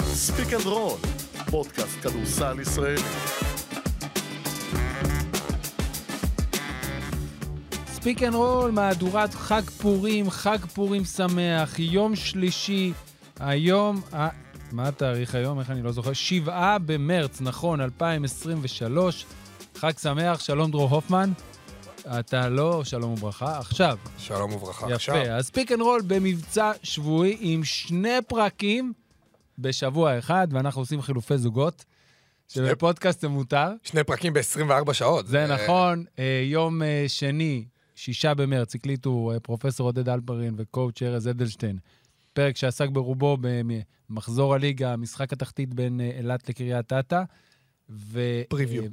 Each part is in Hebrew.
ספיק אנד רול, פודקאסט כדורסל ישראלי. ספיק אנד רול, מהדורת חג פורים, חג פורים שמח, יום שלישי, היום, ה... מה התאריך היום? איך אני לא זוכר? שבעה במרץ, נכון, 2023. חג שמח, שלום דרור הופמן. אתה לא שלום וברכה, עכשיו. שלום וברכה. יפה, אז פיק אנד רול במבצע שבועי עם שני פרקים בשבוע אחד, ואנחנו עושים חילופי זוגות, שבפודקאסט זה מותר. שני פרקים ב-24 שעות. זה נכון, אה, יום אה, שני, שישה במרץ, הקליטו אה, פרופסור עודד אלפרין וקואוצ' ארז אדלשטיין, פרק שעסק ברובו במחזור הליגה, משחק התחתית בין אה, אילת לקריית אתא. ו- Preview. אה,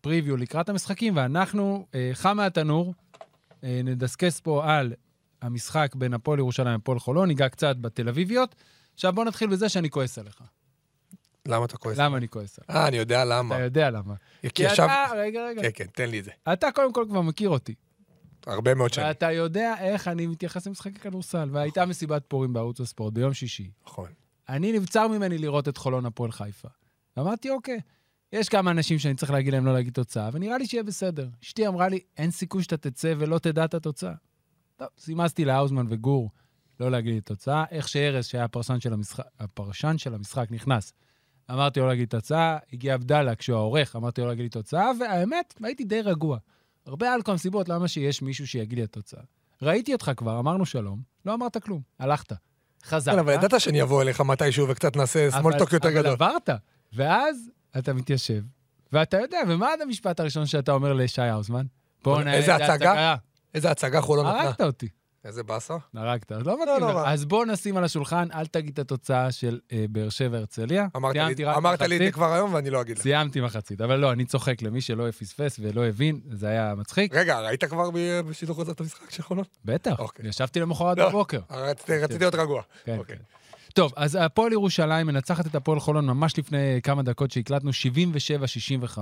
פריוויו לקראת המשחקים, ואנחנו, אה, חם מהתנור, אה, נדסקס פה על המשחק בין הפועל ירושלים לפועל חולון, ניגע קצת בתל אביביות. עכשיו בוא נתחיל בזה שאני כועס עליך. למה אתה כועס? למה אני כועס עליך? אה, אני יודע אתה למה. יודע למה. כי כי ישב... אתה, רגע, רגע. כן, כן, תן לי את זה. אתה קודם כל כבר מכיר אותי, הרבה מאוד שנים. ואתה יודע איך אני מתייחס למשחקי כדורסל, והייתה מסיבת פורים בערוץ הספורט ביום שישי. נכון. אני נבצר ממני לראות את חולון הפועל חיפה. אמרתי, אוקיי, יש כמה אנשים שאני צריך להגיד להם לא להגיד תוצאה, ונראה לי שיהיה בסדר. אשתי אמרה לי, אין סיכוי שאתה תצא ולא תדע את התוצאה. טוב, סימסתי להאוזמן וגור לא להגיד לי תוצאה. איך שארז, שהיה הפרשן של המשחק, הפרשן של המשחק נכנס, אמרתי לו להגיד תוצאה, הגיע עבדאללה כשהוא העורך, אמרתי לו להגיד לי תוצאה, והאמת, הייתי די רגוע. הרבה על כל סיבות למה שיש מישהו שיגיד לי התוצאה. ראיתי אותך כבר, אמרנו שלום, לא אמרת כלום, הלכת. חזרת. כן, אבל ידעת שאני אבוא אליך מתישהו וקצת נעשה אבל- סמולטוק יותר אבל גדול. עברת, ואז אתה מתיישב, ואתה יודע, ומה עד המשפט הראשון שאתה אומר לשי האוזמן? בוא אבל נעלה איזה את הצגה? ההצגה. איזה הצגה חולון נתנה. הרגת אותי, איזה באסה. הרגת, אז לא מתאים לך. נורא. אז בוא נשים על השולחן, אל תגיד את התוצאה של אה, באר שבע הרצליה. אמרת סיימתי לי- רק אמרת לי את זה מחצית. כבר היום ואני לא אגיד לך. סיימתי מחצית, אבל לא, אני צוחק למי שלא פספס ולא הבין, זה היה מצחיק. רגע, ראית כבר ב- בשידור חוזר את המשחק של חולון? בטח, אוקיי. ישבתי למחרת לא. בבוקר. רציתי רציתי להיות רגוע. כן, אוקיי. כן. טוב, אז הפועל ירושלים מנצחת את הפועל חולון ממש לפני כמה דקות שהקלטנו, 77-65,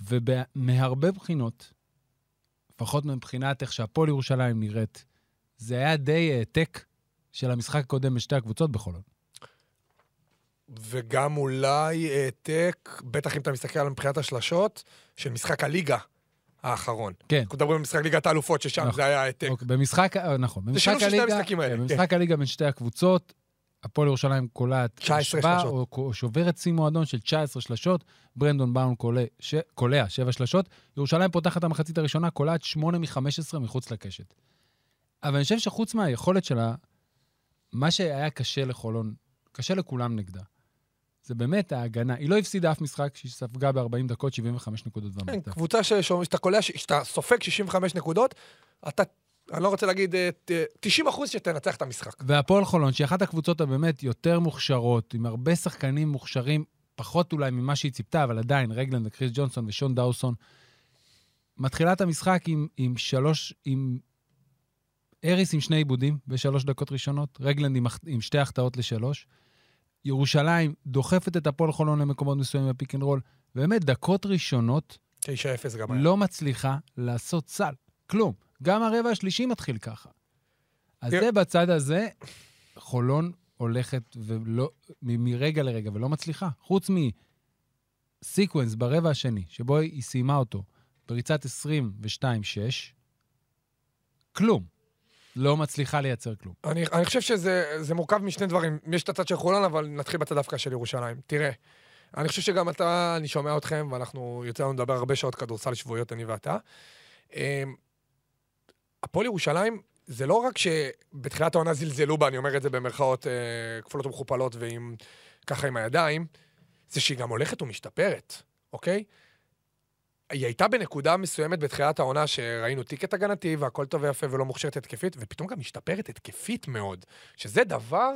ומהרבה בחינות, לפחות מבחינת איך שהפועל ירושלים נראית, זה היה די העתק של המשחק הקודם בשתי הקבוצות בחולון. וגם אולי העתק, בטח אם אתה מסתכל על מבחינת השלשות, של משחק הליגה האחרון. כן. אנחנו מדברים על משחק ליגת האלופות, ששם נכון. זה היה העתק. אוקיי, במשחק, אה, נכון, במשחק שילוב של שני המשחקים האלה, כן, כן. במשחק הליגה בין שתי הקבוצות, הפועל ירושלים קולעת 19 השוואה, שלשות. או, או שוברת שיא מועדון של 19 שלשות, ברנדון באון קולע ש- קולע 7 שלשות, ירושלים פותחת את המחצית הראשונה, קולעת 8 מ-15 מחוץ לקשת. אבל אני חושב שחוץ מהיכולת שלה, מה שהיה קשה לחולון, קשה לכולם נגדה, זה באמת ההגנה. היא לא הפסידה אף משחק, שהיא ספגה ב-40 דקות 75 נקודות כן, ומטה. קבוצה ש- שאתה קולע, ש- שאתה סופג 65 נקודות, אתה, אני לא רוצה להגיד, אה, ת- 90 אחוז שתנצח את המשחק. והפועל חולון, שהיא אחת הקבוצות הבאמת יותר מוכשרות, עם הרבה שחקנים מוכשרים, פחות אולי ממה שהיא ציפתה, אבל עדיין, רגלנד וקריס ג'ונסון ושון דאוסון, מתחילה את המשחק עם, עם שלוש, עם אריס עם שני עיבודים בשלוש דקות ראשונות, רגלנד עם, הח- עם שתי החטאות לשלוש. ירושלים דוחפת את הפועל חולון למקומות מסוימים בפיק אנד רול. באמת, דקות ראשונות 9-0 גם היה. לא מצליחה לעשות סל. כלום. גם הרבע השלישי מתחיל ככה. אז תראה- זה בצד הזה, חולון הולכת ולא, מ- מרגע לרגע ולא מצליחה. חוץ מסיקוונס ברבע השני, שבו היא סיימה אותו בריצת 22-6, כלום. לא מצליחה לייצר כלום. אני, אני חושב שזה זה מורכב משני דברים. יש את הצד של חולון, אבל נתחיל בצד דווקא של ירושלים. תראה, אני חושב שגם אתה, אני שומע אתכם, ואנחנו, יוצא לנו לדבר הרבה שעות כדורסל שבועיות, אני ואתה. אמ, הפועל ירושלים, זה לא רק שבתחילת העונה זלזלו בה, אני אומר את זה במרכאות אה, כפולות ומכופלות ועם, ככה עם הידיים, זה שהיא גם הולכת ומשתפרת, אוקיי? היא הייתה בנקודה מסוימת בתחילת העונה שראינו טיקט הגנתי והכל טוב ויפה ולא מוכשרת התקפית, ופתאום גם משתפרת התקפית מאוד, שזה דבר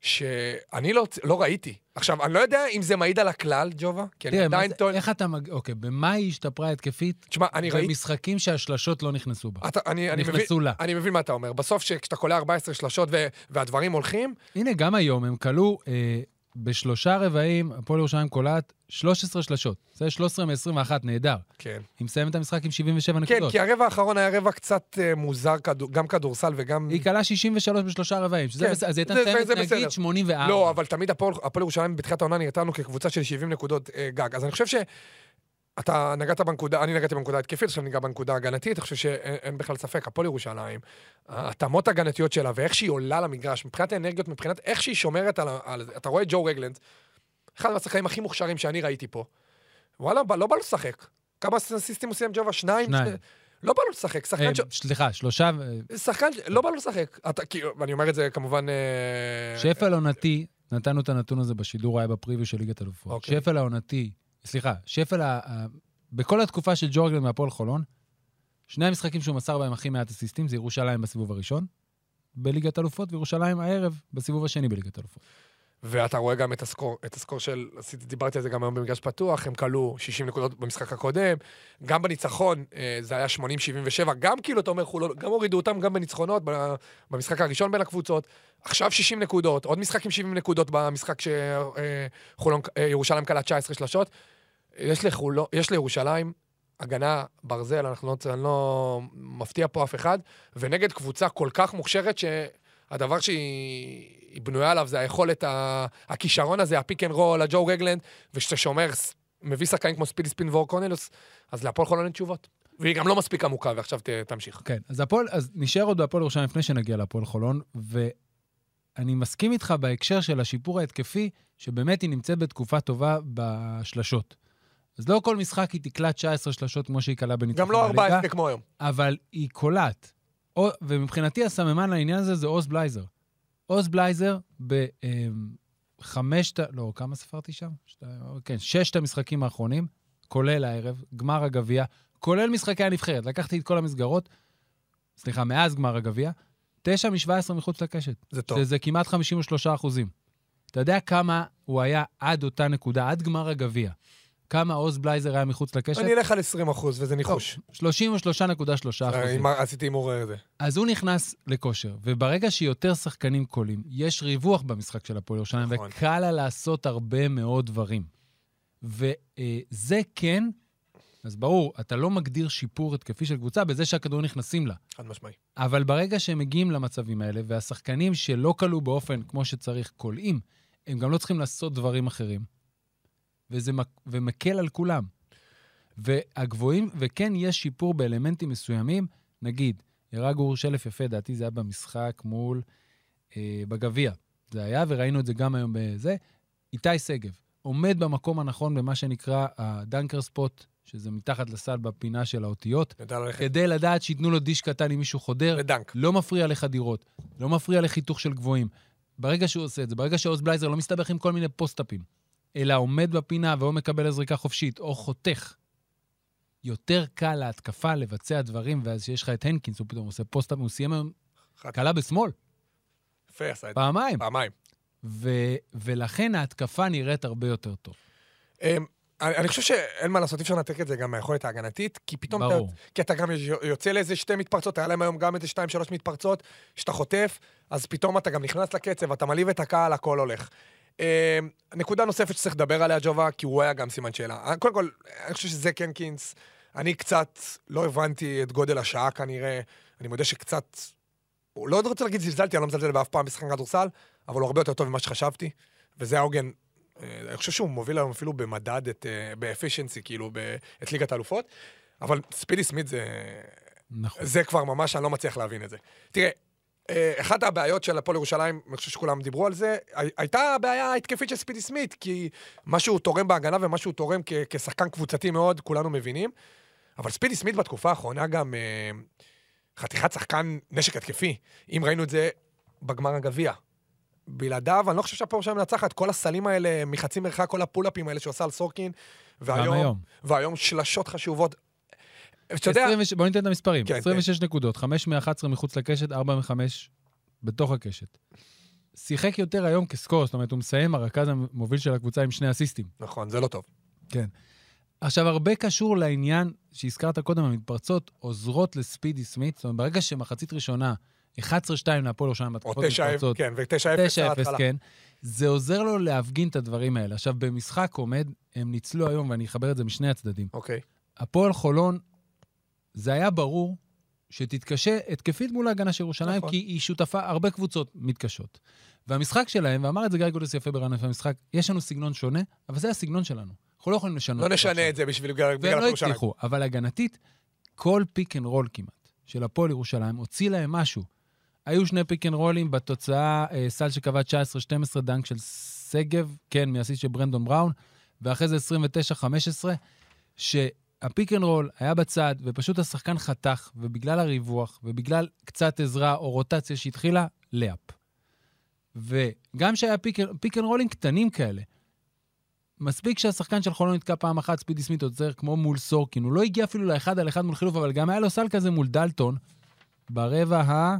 שאני לא, לא ראיתי. עכשיו, אני לא יודע אם זה מעיד על הכלל, ג'ובה, כי אני תראה, מה כן, עדיין זה- טוען... איך אתה מג... אוקיי, במה היא השתפרה התקפית? תשמע, אני ראיתי... במשחקים שהשלשות לא נכנסו בה. אתה, אני, אני, מבין, נכנסו לה. אני מבין מה אתה אומר. בסוף, כשאתה קולע 14 שלשות ו, והדברים הולכים, הנה, גם היום הם כלו אה, בשלושה רבעים, הפועל ירושלים קולעת 13 שלשות. זה 13 מ-21, נהדר. כן. היא מסיימת את המשחק עם 77 כן, נקודות. כי הרבע האחרון היה רבע קצת אה, מוזר, כדור- גם כדורסל וגם... היא כלה 63 בשלושה רבעים, שזה כן, בסדר, אז היא הייתה זה- זה מסיימת בסדר. נגיד 84. לא, אבל תמיד הפועל הפועל ירושלים בתחילת העונה נראתה לנו כקבוצה של 70 נקודות אה, גג. אז אני חושב ש... אתה נגעת בנקודה, אני נגעתי בנקודה התקפית, עכשיו ניגע בנקודה הגנתית, אני חושב שאין אין בכלל ספק, הפועל ירושלים, ההתאמות הגנתיות שלה ואיך שהיא עולה למגרש, מבחינת האנרגיות, מבחינת איך שהיא שומרת על... ה- על אתה רואה את ג'ו רגלנד, אחד מהשחקנים הכי מוכשרים שאני ראיתי פה. וואלה, בא- לא בא לו לשחק. כמה אסיסטים הוא סיים ג'ובה? שניים? שניים. שני- לא בא לו לשחק, אה, שחקן ש... סליחה, שלושה... אה, שחקן, ש- לא בא לו לשחק. אתה, כאילו, ואני אומר את זה כמובן... אה, שפל עונתי, נתנו את הנתון הזה בשידור, היה בפריוויו של ליגת אלופות. אוקיי. שפל העונתי, סליחה, שפל ה... ה- בכל התקופה של ג'ורגלן מהפועל חולון, שני המשחקים שהוא מסר בהם הכי מעט אסיסטים זה ירושלים בסיבוב הראשון בליגת אלופות, וירושלים הערב בסיבוב השני בליגת אלופות. ואתה רואה גם את הסקור, את הסקור של, עשיתי- דיברתי על זה גם היום במגרש פתוח, הם כלו 60 נקודות במשחק הקודם, גם בניצחון אה, זה היה 80-77, גם כאילו, אתה אומר, חולון, גם הורידו אותם גם בניצחונות, ב- במשחק הראשון בין הקבוצות, עכשיו 60 נקודות, עוד משחק עם 70 נקודות במשחק שחולון, אה, ירושלים כלה 19 שלשות. יש, לחולו, יש לירושלים הגנה ברזל, אנחנו לא, צ- אני לא מפתיע פה אף אחד, ונגד קבוצה כל כך מוכשרת ש... הדבר שהיא היא בנויה עליו זה היכולת, ה... הכישרון הזה, הפיק אנד רול, הג'ו רגלנד, וכשאתה שומר, ס- מביא שחקנים כמו ספיליספין ואור קורנלוס, אז להפועל חולון אין תשובות. והיא גם לא מספיק עמוקה, ועכשיו ת... תמשיך. כן, אז הפועל, אז נשאר עוד בהפועל ירושלים לפני שנגיע להפועל חולון, ואני מסכים איתך בהקשר של השיפור ההתקפי, שבאמת היא נמצאת בתקופה טובה בשלשות. אז לא כל משחק היא תקלע 19 שלשות כמו שהיא קלה בניצחון גם לא בליגה, 14 כמו היום. אבל היא קולעת. או- ומבחינתי הסממן לעניין הזה זה עוז בלייזר. עוז בלייזר בחמשת, לא, כמה ספרתי שם? שתיים, אה, כן, ששת המשחקים האחרונים, כולל הערב, גמר הגביע, כולל משחקי הנבחרת. לקחתי את כל המסגרות, סליחה, מאז גמר הגביע, תשע מ-17 מחוץ לקשת. זה טוב. שזה כמעט 53 אחוזים. אתה יודע כמה הוא היה עד אותה נקודה, עד גמר הגביע? כמה עוז בלייזר היה מחוץ לקשת? אני אלך על 20 אחוז, וזה ניחוש. 33.3 אה, אחוזים. עם ה- עשיתי הימור אה, זה. אז הוא נכנס לכושר, וברגע שיותר שחקנים קולים, יש ריווח במשחק של הפועל ירושלים, נכון. וקל לה לעשות הרבה מאוד דברים. וזה כן, אז ברור, אתה לא מגדיר שיפור התקפי של קבוצה בזה שהכדורים נכנסים לה. חד משמעי. אבל ברגע שהם מגיעים למצבים האלה, והשחקנים שלא כלו באופן כמו שצריך קולעים, הם גם לא צריכים לעשות דברים אחרים. וזה מק- ומקל על כולם. והגבוהים, וכן יש שיפור באלמנטים מסוימים, נגיד, הראה גור שלף יפה, דעתי זה היה במשחק מול, אה, בגביע. זה היה, וראינו את זה גם היום בזה. איתי שגב, עומד במקום הנכון במה שנקרא הדנקר ספוט, שזה מתחת לסל בפינה של האותיות, נדע ללכת כדי לדעת שייתנו לו דיש קטן אם מישהו חודר. לדנק. לא מפריע לחדירות, לא מפריע לחיתוך של גבוהים. ברגע שהוא עושה את זה, ברגע שאוז בלייזר לא מסתבך עם כל מיני פוסט-אפים, אלא עומד בפינה ואו מקבל הזריקה חופשית, או חותך, יותר קל להתקפה לבצע דברים, ואז שיש לך את הנקינס, הוא פתאום עושה פוסט-אפ, הוא סיים היום אחת. קלה בשמאל, יפה עשה את זה. פעמיים. פעמיים. ו- ולכן ההתקפה נראית הרבה יותר טוב. אמ, אני אני חושב שאין מה לעשות, אי אפשר לנתק את זה גם מהיכולת ההגנתית, כי פתאום אתה ברור. כי אתה גם יוצא לאיזה שתי מתפרצות, היה להם היום גם איזה שתיים, שלוש מתפרצות, שאתה חוטף, אז פתאום אתה גם נכנס לקצב, אתה מלהיב את הקהל, הכל הולך. אה, נקודה נוספת שצריך לדבר עליה, ג'ובה, כי הוא היה גם סימן שאלה. אה, קודם כל, אני חושב שזק הנקינס, אני קצת לא הבנתי את גודל השעה כנראה, אני מודה שקצת... הוא לא רוצה להגיד זלזלתי, אני לא מזלזל באף פעם משחק כדורסל, אבל הוא הרבה יותר טוב ממה שחשבתי, וזה העוגן. אה, אני חושב שהוא מוביל היום אפילו במדד, את, אה, באפישנסי, כאילו, ב- את ליגת האלופות. אבל ספידי סמית זה... נכון. זה כבר ממש, אני לא מצליח להבין את זה. תראה, אה, אחת הבעיות של הפועל ירושלים, אני חושב שכולם דיברו על זה, הי- הייתה הבעיה ההתקפית של ספידי סמית, כי מה שהוא תורם בהגנה ומה שהוא תורם כ- כשחקן קבוצתי מאוד, כולנו מבינים. אבל ספידי סמית בתקופה האחרונה גם אה, חתיכת שחקן נשק התקפי. אם ראינו את זה בגמר הגביע. בלעדיו, אני לא חושב שהפועל ירושלים מנצחת. כל הסלים האלה מחצי מרחק, כל הפולאפים האלה שהוא עשה על סורקין. גם היום. והיום שלשות חשובות. אתה יודע, 20, בוא ניתן את המספרים. כן, 26 נקודות, 5 מ-11 מחוץ לקשת, 4 מ-5 בתוך הקשת. שיחק יותר היום כסקור, זאת אומרת, הוא מסיים הרכז המוביל של הקבוצה עם שני אסיסטים. נכון, זה לא טוב. עכשיו, הרבה קשור לעניין שהזכרת קודם, המתפרצות עוזרות לספידי סמית, זאת אומרת, ברגע שמחצית ראשונה, 11-2 להפועל ירושלים או בהתקפות 9-0, מתפרצות, כן, ו-9-0 9-0, ההתחלה. כן, זה עוזר לו להפגין את הדברים האלה. עכשיו, במשחק עומד, הם ניצלו היום, ואני אחבר את זה משני הצדדים. אוקיי. הפועל חולון, זה היה ברור שתתקשה התקפית מול ההגנה של ירושלים, נכון. נכון. כי היא שותפה, הרבה קבוצות מתקשות. והמשחק שלהם, ואמר את זה גיא גודס יפה ברענף המשחק, יש לנו סגנון שונה, אבל זה הסגנון שלנו. אנחנו לא יכולים לשנות. לא אותו נשנה עכשיו. את זה בשביל בגלל והם בגלל לא ירושלים. הצליחו, אבל הגנתית, כל פיק אנד רול כמעט של הפועל ירושלים הוציא להם משהו. היו שני פיק אנד רולים בתוצאה, אה, סל שקבע 19-12 דנק של שגב, כן, מהסיס של ברנדון בראון, ואחרי זה 29-15, שהפיק אנד רול היה בצד, ופשוט השחקן חתך, ובגלל הריווח, ובגלל קצת עזרה או רוטציה שהתחילה, לאפ. וגם שהיה פיק, פיק אנד רולים קטנים כאלה, מספיק שהשחקן של חולון נתקע פעם אחת, ספידי סמית עוצר כמו מול סורקין. הוא לא הגיע אפילו לאחד על אחד מול חילוף, אבל גם היה לו סל כזה מול דלטון, ברבע ה...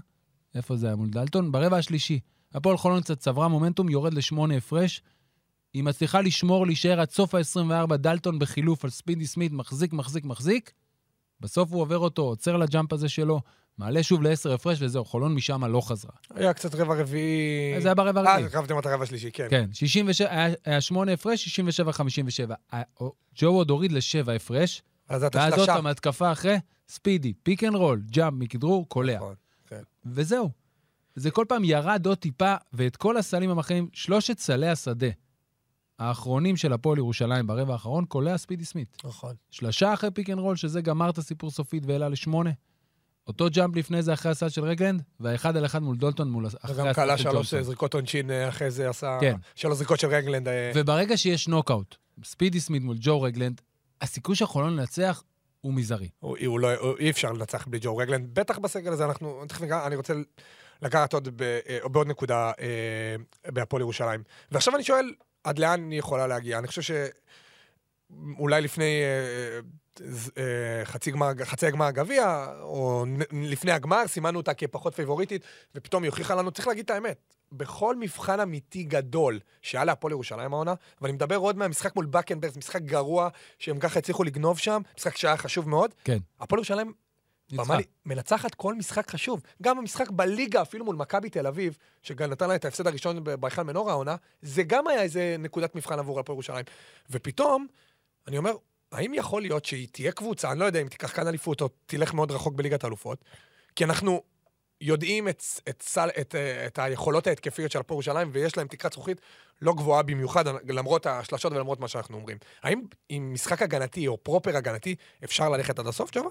איפה זה היה מול דלטון? ברבע השלישי. הפועל חולון קצת צברה מומנטום, יורד לשמונה הפרש. היא מצליחה לשמור, להישאר עד סוף ה-24, דלטון בחילוף על ספידי סמית, מחזיק, מחזיק, מחזיק. בסוף הוא עובר אותו, עוצר לג'אמפ הזה שלו, מעלה שוב לעשר הפרש, וזהו, חולון משם לא חזרה. היה קצת רבע רביעי... זה היה ברבע הרביעי. אה, הרחבתם את הרבע השלישי, כן. כן, 67, היה- היה שמונה הפרש, 67-57. ה- אה, או- ג'ו עוד הוריד לשבע הפרש, אז אתה ואז עוד שלושה. פעם התקפה אחרי, ספידי, פיק אנד רול, ג'אמפ, מכדרור, קולע. נכון, כן. וזהו. זה כל פעם ירד עוד טיפה, ואת כל הסלים המאחרים, שלושת סלי השדה האחרונים של הפועל ירושלים ברבע האחרון, קולע ספידי סמית. נכון. שלשה אחרי פיק אנד רול, שזה גמר את הסיפור סופית והעלה לשמונה. אותו ג'אמפ לפני זה אחרי הסל של רגלנד, והאחד על אחד מול דולטון מול... אחרי וגם הסל קלה של שלוש ג'ונסון. זריקות עונשין אה, אחרי זה עשה... כן. שלוש זריקות של רגלנד. אה, וברגע שיש נוקאוט, ספידי סמית מול ג'ו רגלנד, הסיכוי של חולון לנצח הוא מזערי. הוא- הוא לא- הוא- אי אפשר לנצח בלי ג'ו רגלנד. בטח בסגל הזה אנחנו... תכף ניגע, אני רוצה לקחת עוד ב- אה, בעוד נקודה אה, בהפועל ירושלים. ועכשיו אני שואל, עד לאן היא יכולה להגיע? אני חושב ש... אולי לפני אה, ז- אה, חצי גמר, חצי הגמר הגביע, או נ- לפני הגמר, סימנו אותה כפחות פייבוריטית, ופתאום היא הוכיחה לנו, צריך להגיד את האמת, בכל מבחן אמיתי גדול שהיה להפועל ירושלים העונה, ואני מדבר עוד מהמשחק מול בקנברג, משחק גרוע, שהם ככה הצליחו לגנוב שם, משחק שהיה חשוב מאוד. כן. הפועל ירושלים ניצחה. במה לי- מנצחת כל משחק חשוב. גם המשחק בליגה, אפילו מול מכבי תל אביב, שגם נתן לה את ההפסד הראשון ב- בהיכל מנורה העונה, זה גם היה איזה נקודת מבחן עבור הפועל ירושלים. ופתאום, אני אומר, האם יכול להיות שהיא תהיה קבוצה, אני לא יודע אם תיקח כאן אליפות או תלך מאוד רחוק בליגת האלופות, כי אנחנו יודעים את, את, סל, את, אה, את היכולות ההתקפיות של הפועל ירושלים, ויש להם תקרת זכוכית לא גבוהה במיוחד, למרות השלשות ולמרות מה שאנחנו אומרים. האם עם משחק הגנתי או פרופר הגנתי, אפשר ללכת עד הסוף, ג'ובה?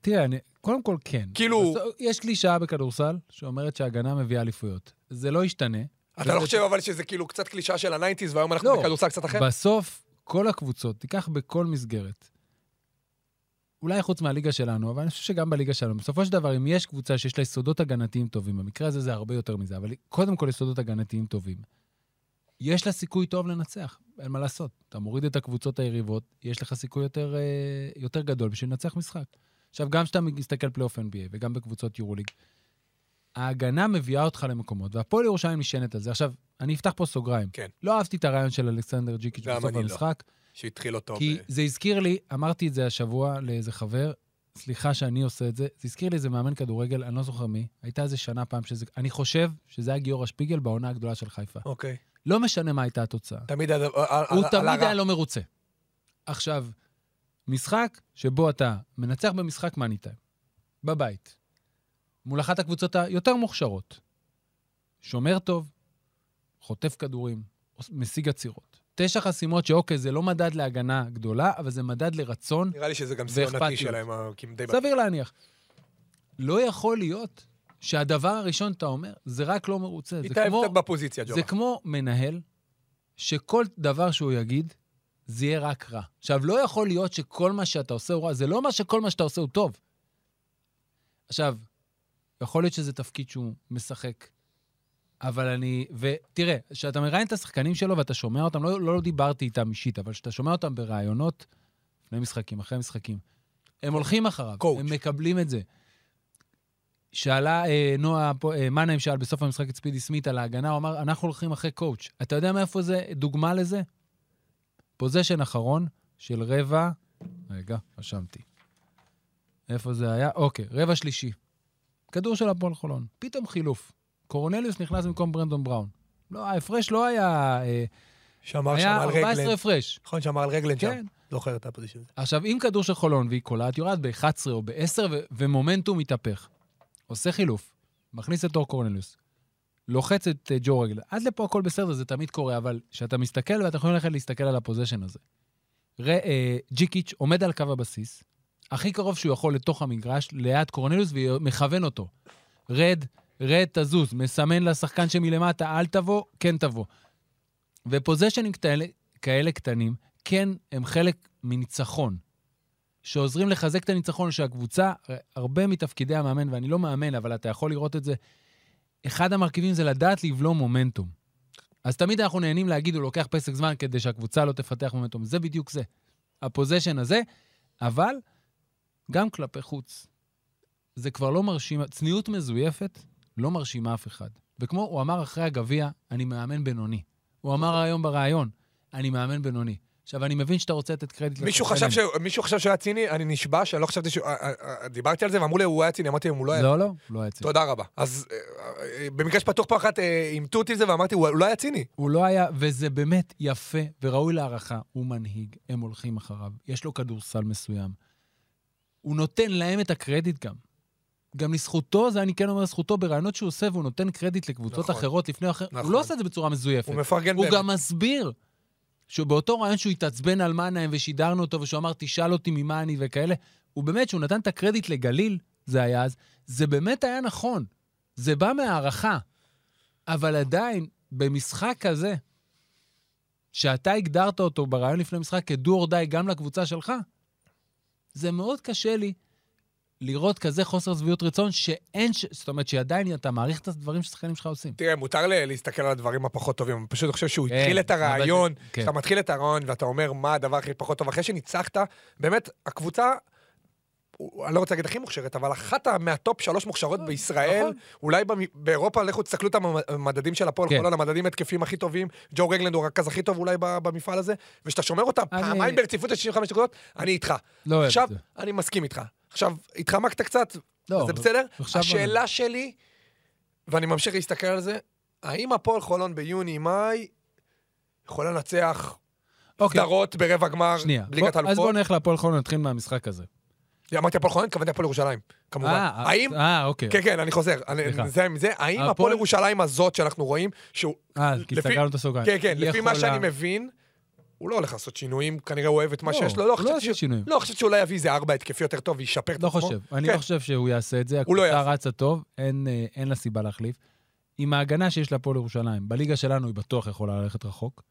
תראה, אני, קודם כל כן. כאילו- בסוף- יש קלישאה בכדורסל שאומרת שהגנה מביאה אליפויות. זה לא ישתנה. אתה לא חושב אבל שזה כאילו קצת קלישאה של הניינטיז, והיום אנחנו לא. בכדורסל קצת אחר? בסוף, כל הקבוצות, תיקח בכל מסגרת. אולי חוץ מהליגה שלנו, אבל אני חושב שגם בליגה שלנו. בסופו של דבר, אם יש קבוצה שיש לה יסודות הגנתיים טובים, במקרה הזה זה הרבה יותר מזה, אבל קודם כל יסודות הגנתיים טובים, יש לה סיכוי טוב לנצח, אין מה לעשות. אתה מוריד את הקבוצות היריבות, יש לך סיכוי יותר, אה, יותר גדול בשביל לנצח משחק. עכשיו, גם כשאתה מסתכל פלייאוף NBA וגם בקבוצות יורוליג, ההגנה מביאה אותך למקומות, והפועל ירושלים נשענת על זה. עכשיו, אני אפתח פה סוגריים. כן. לא אהבתי את הרעיון של אלכסנדר ג'יקיץ' גם בסוף אני לא. המשחק, שהתחיל אותו. כי זה הזכיר לי, אמרתי את זה השבוע לאיזה חבר, סליחה שאני עושה את זה, זה הזכיר לי איזה מאמן כדורגל, אני לא זוכר מי, הייתה איזה שנה פעם שזה... אני חושב שזה היה גיורא שפיגל בעונה הגדולה של חיפה. אוקיי. לא משנה מה הייתה התוצאה. תמיד על הרע. הוא תמיד היה לא מרוצה. עכשיו, משחק שבו אתה מנצח במשחק מאני טיים, בבית, מול אחת הקבוצות היותר מוכשרות, שומר טוב, חוטף כדורים, עוש- משיג עצירות. תשע חסימות שאוקיי, זה לא מדד להגנה גדולה, אבל זה מדד לרצון נראה לי שזה גם שיא עונתי ואכפתיות. שלהם, ה- כי הם די... סביר להניח. לא יכול להיות שהדבר הראשון אתה אומר, זה רק לא מרוצה. זה התאהב כמו, קצת בפוזיציה, ג'ובה. זה כמו מנהל שכל דבר שהוא יגיד, זה יהיה רק רע. עכשיו, לא יכול להיות שכל מה שאתה עושה הוא רע, זה לא אומר שכל מה שאתה עושה הוא טוב. עכשיו, יכול להיות שזה תפקיד שהוא משחק, אבל אני... ותראה, כשאתה מראיין את השחקנים שלו ואתה שומע אותם, לא, לא דיברתי איתם אישית, אבל כשאתה שומע אותם בראיונות, לפני משחקים, אחרי משחקים, הם הולכים אחריו, קואוץ'. הם מקבלים את זה. שאלה אה, נועה, פה, אה, מנהים שאל בסוף המשחק את ספידי סמית על ההגנה, הוא אמר, אנחנו הולכים אחרי קואוץ'. אתה יודע מאיפה זה דוגמה לזה? פוזיישן אחרון של רבע... רגע, רשמתי. איפה זה היה? אוקיי, רבע שלישי. כדור של הפועל חולון. פתאום חילוף. קורנליוס נכנס במקום ברנדון בראון. לא, ההפרש לא היה... אה, שמר שם היה לא, על 14 רגלן. הפרש. נכון, שמר על רגלן כן. שם. זוכר את הפוזיציה הזאת. עכשיו, אם כדור של חולון והיא קולעת, יורדת ב-11 או ב-10 ו- ומומנטום מתהפך. עושה חילוף, מכניס את אור קורנליוס, לוחץ את אה, ג'ו רגל. עד לפה הכל בסדר, זה תמיד קורה, אבל כשאתה מסתכל, ואתה יכול ללכת להסתכל על הפוזיישן הזה. ר- אה, ג'יקיץ' עומד על קו הבסיס, הכי קרוב שהוא יכול לתוך המגרש, ליד קורנליוס, ומכוון אותו. רד, רד, תזוז, מסמן לשחקן שמלמטה, אל תבוא, כן תבוא. ופוזיישנים כאלה, כאלה קטנים, כן, הם חלק מניצחון, שעוזרים לחזק את הניצחון של הקבוצה. הרבה מתפקידי המאמן, ואני לא מאמן, אבל אתה יכול לראות את זה, אחד המרכיבים זה לדעת לבלום מומנטום. אז תמיד אנחנו נהנים להגיד, הוא לוקח פסק זמן כדי שהקבוצה לא תפתח מומנטום. זה בדיוק זה. הפוזיישן הזה, אבל גם כלפי חוץ. זה כבר לא מרשים, צניעות מזויפת לא מרשימה אף אחד. וכמו הוא אמר אחרי הגביע, אני מאמן בינוני. הוא אמר היום בריאיון, אני מאמן בינוני. עכשיו, אני מבין שאתה רוצה לתת קרדיט מישהו לשחקנים. חשב ש- מישהו חשב שהוא היה ציני, אני נשבע שאני לא חשבתי שהוא... אה, אה, אה, דיברתי על זה ואמרו לי, הוא היה ציני, אמרתי להם, הוא לא היה לא, לא, לא היה ציני. תודה רבה. אז אה, אה, במקרה שפתוח פעם אחת אה, אימתו אותי זה ואמרתי, הוא לא היה ציני. הוא לא היה, וזה באמת יפה וראוי להערכה. הוא מנהיג, הם הולכים אחריו, יש לו כדורסל מסוים. הוא נותן להם את הקרדיט גם. גם לזכותו, זה אני כן אומר לזכותו, ברעיונות שהוא עושה, והוא נותן קרדיט לקבוצות נכון. אחרות לפני אחר... הוא נכון. לא עושה את זה בצורה מזויפת. הוא מפרגן הוא כן, באמת. גם מסביר שבאותו רעיון שהוא התעצבן על מנהיים ושידרנו אותו, ושהוא אמר, תשאל אותי ממה אני וכאלה, הוא באמת, שהוא נתן את הקרדיט לגליל, זה היה אז, זה באמת היה נכון. זה בא מהערכה. אבל עדיין, במשחק כזה, שאתה הגדרת אותו ברעיון לפני משחק כדו או די גם לקבוצה שלך, זה מאוד קשה לי לראות כזה חוסר שביעות רצון שאין, ש... זאת אומרת שעדיין אתה מעריך את הדברים ששחקנים שלך עושים. תראה, מותר ל- להסתכל על הדברים הפחות טובים, אני פשוט חושב שהוא כן, התחיל את אבל- הרעיון, כן. כשאתה מתחיל את הרעיון ואתה אומר מה הדבר הכי פחות טוב, אחרי שניצחת, באמת, הקבוצה, הוא- אני לא רוצה להגיד הכי מוכשרת, אבל אחת ה- מהטופ שלוש מוכשרות בישראל, נכון. אולי במ- באירופה, לכו תסתכלו את המ- המדדים של הפועל כן. חולון, המדדים התקפיים הכי טובים, ג'ו רגלנד הוא הרכז הכי טוב אולי ב- במפעל הזה, וכשאתה שומר אותם אני- פעמיים ברציפות ל-65 נקודות, אני איתך. לא אוהב עכשיו, את זה. אני מסכים איתך. עכשיו, התחמקת קצת, לא, זה בסדר? עכשיו השאלה שלי, ואני ממשיך להסתכל על זה, האם הפועל חולון ביוני-מאי יכולה לנצח אוקיי, סדרות ברבע גמר שנייה. ליגת בוא- אז בוא האלופות? נלך להפועל חולון, נתחיל מהמשחק הזה. אמרתי הפועל חולון, התכוונתי הפועל ירושלים, כמובן. אה, האם... אה, אוקיי. כן, כן, אני חוזר, אני סליחה. מזהה עם זה. האם הפועל- הפועל ירושלים הזאת שאנחנו רואים, שהוא... אה, כי לפי- סגרנו את הסוגריים. כן, כן, לפי מה יכולה- שאני מבין, הוא לא הולך לעשות שינויים, כנראה הוא אוהב את מה לא, שיש לו. הוא לא לא, חשבתי עושה שהוא- שינויים. לא, חשבתי שאולי יביא איזה ארבע התקפי יותר טוב וישפר את לא עצמו. חושב. אני כן. לא חושב שהוא יעשה את זה. הוא לא הקבוצה יעשה. רצה טוב, אין, אה, אין לה סיבה להחליף. עם ההגנה שיש להפועל ירושלים, בליגה שלנו היא בטוח יכולה ללכת רחוק.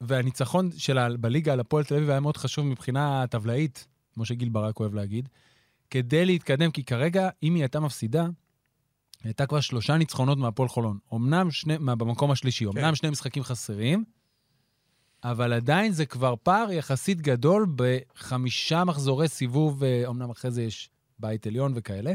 והניצחון שלה בליגה על הפועל תל אביב היה מאוד חשוב מבחינה טבלאית, כמו שגיל ברק אוהב להגיד, כדי להתקדם, כי כרגע, אם היא הייתה מפסידה, היא הייתה כבר שלושה ניצחונות מהפועל חולון. אמנם שני, מה, במקום השלישי, כן. אמנם שני משחקים חסרים, אבל עדיין זה כבר פער יחסית גדול בחמישה מחזורי סיבוב, אה, אמנם אחרי זה יש בית עליון וכאלה.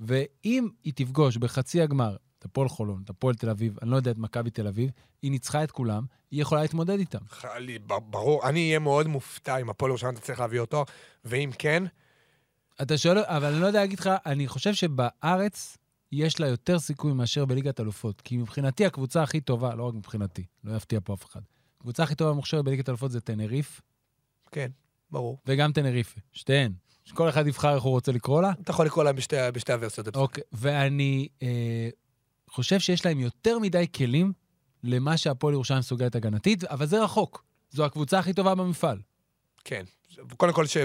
ואם היא תפגוש בחצי הגמר את הפועל חולון, את הפועל תל אביב, אני לא יודע, את מכבי תל אביב, היא ניצחה את כולם, היא יכולה להתמודד איתם. חלי, ב- ברור, אני אהיה מאוד מופתע אם הפועל ירושלים תצליח להביא אותו, ואם כן, אתה שואל, אבל אני לא יודע להגיד לך, אני חושב שבארץ יש לה יותר סיכוי מאשר בליגת אלופות. כי מבחינתי הקבוצה הכי טובה, לא רק מבחינתי, לא יפתיע פה אף אחד. הקבוצה הכי טובה מוכשרת בליגת אלופות זה טנריף, כן, ברור. וגם טנריפה, שתיהן. שכל אחד יבחר איך הוא רוצה לקרוא לה. אתה יכול לקרוא להם בשתי, בשתי הוורסיות. זה בסדר. אוקיי, ואני אה, חושב שיש להם יותר מדי כלים למה שהפועל ירושלים מסוגלת הגנתית, אבל זה רחוק. זו הקבוצה הכי טובה במפעל. כן. קודם כל, ש...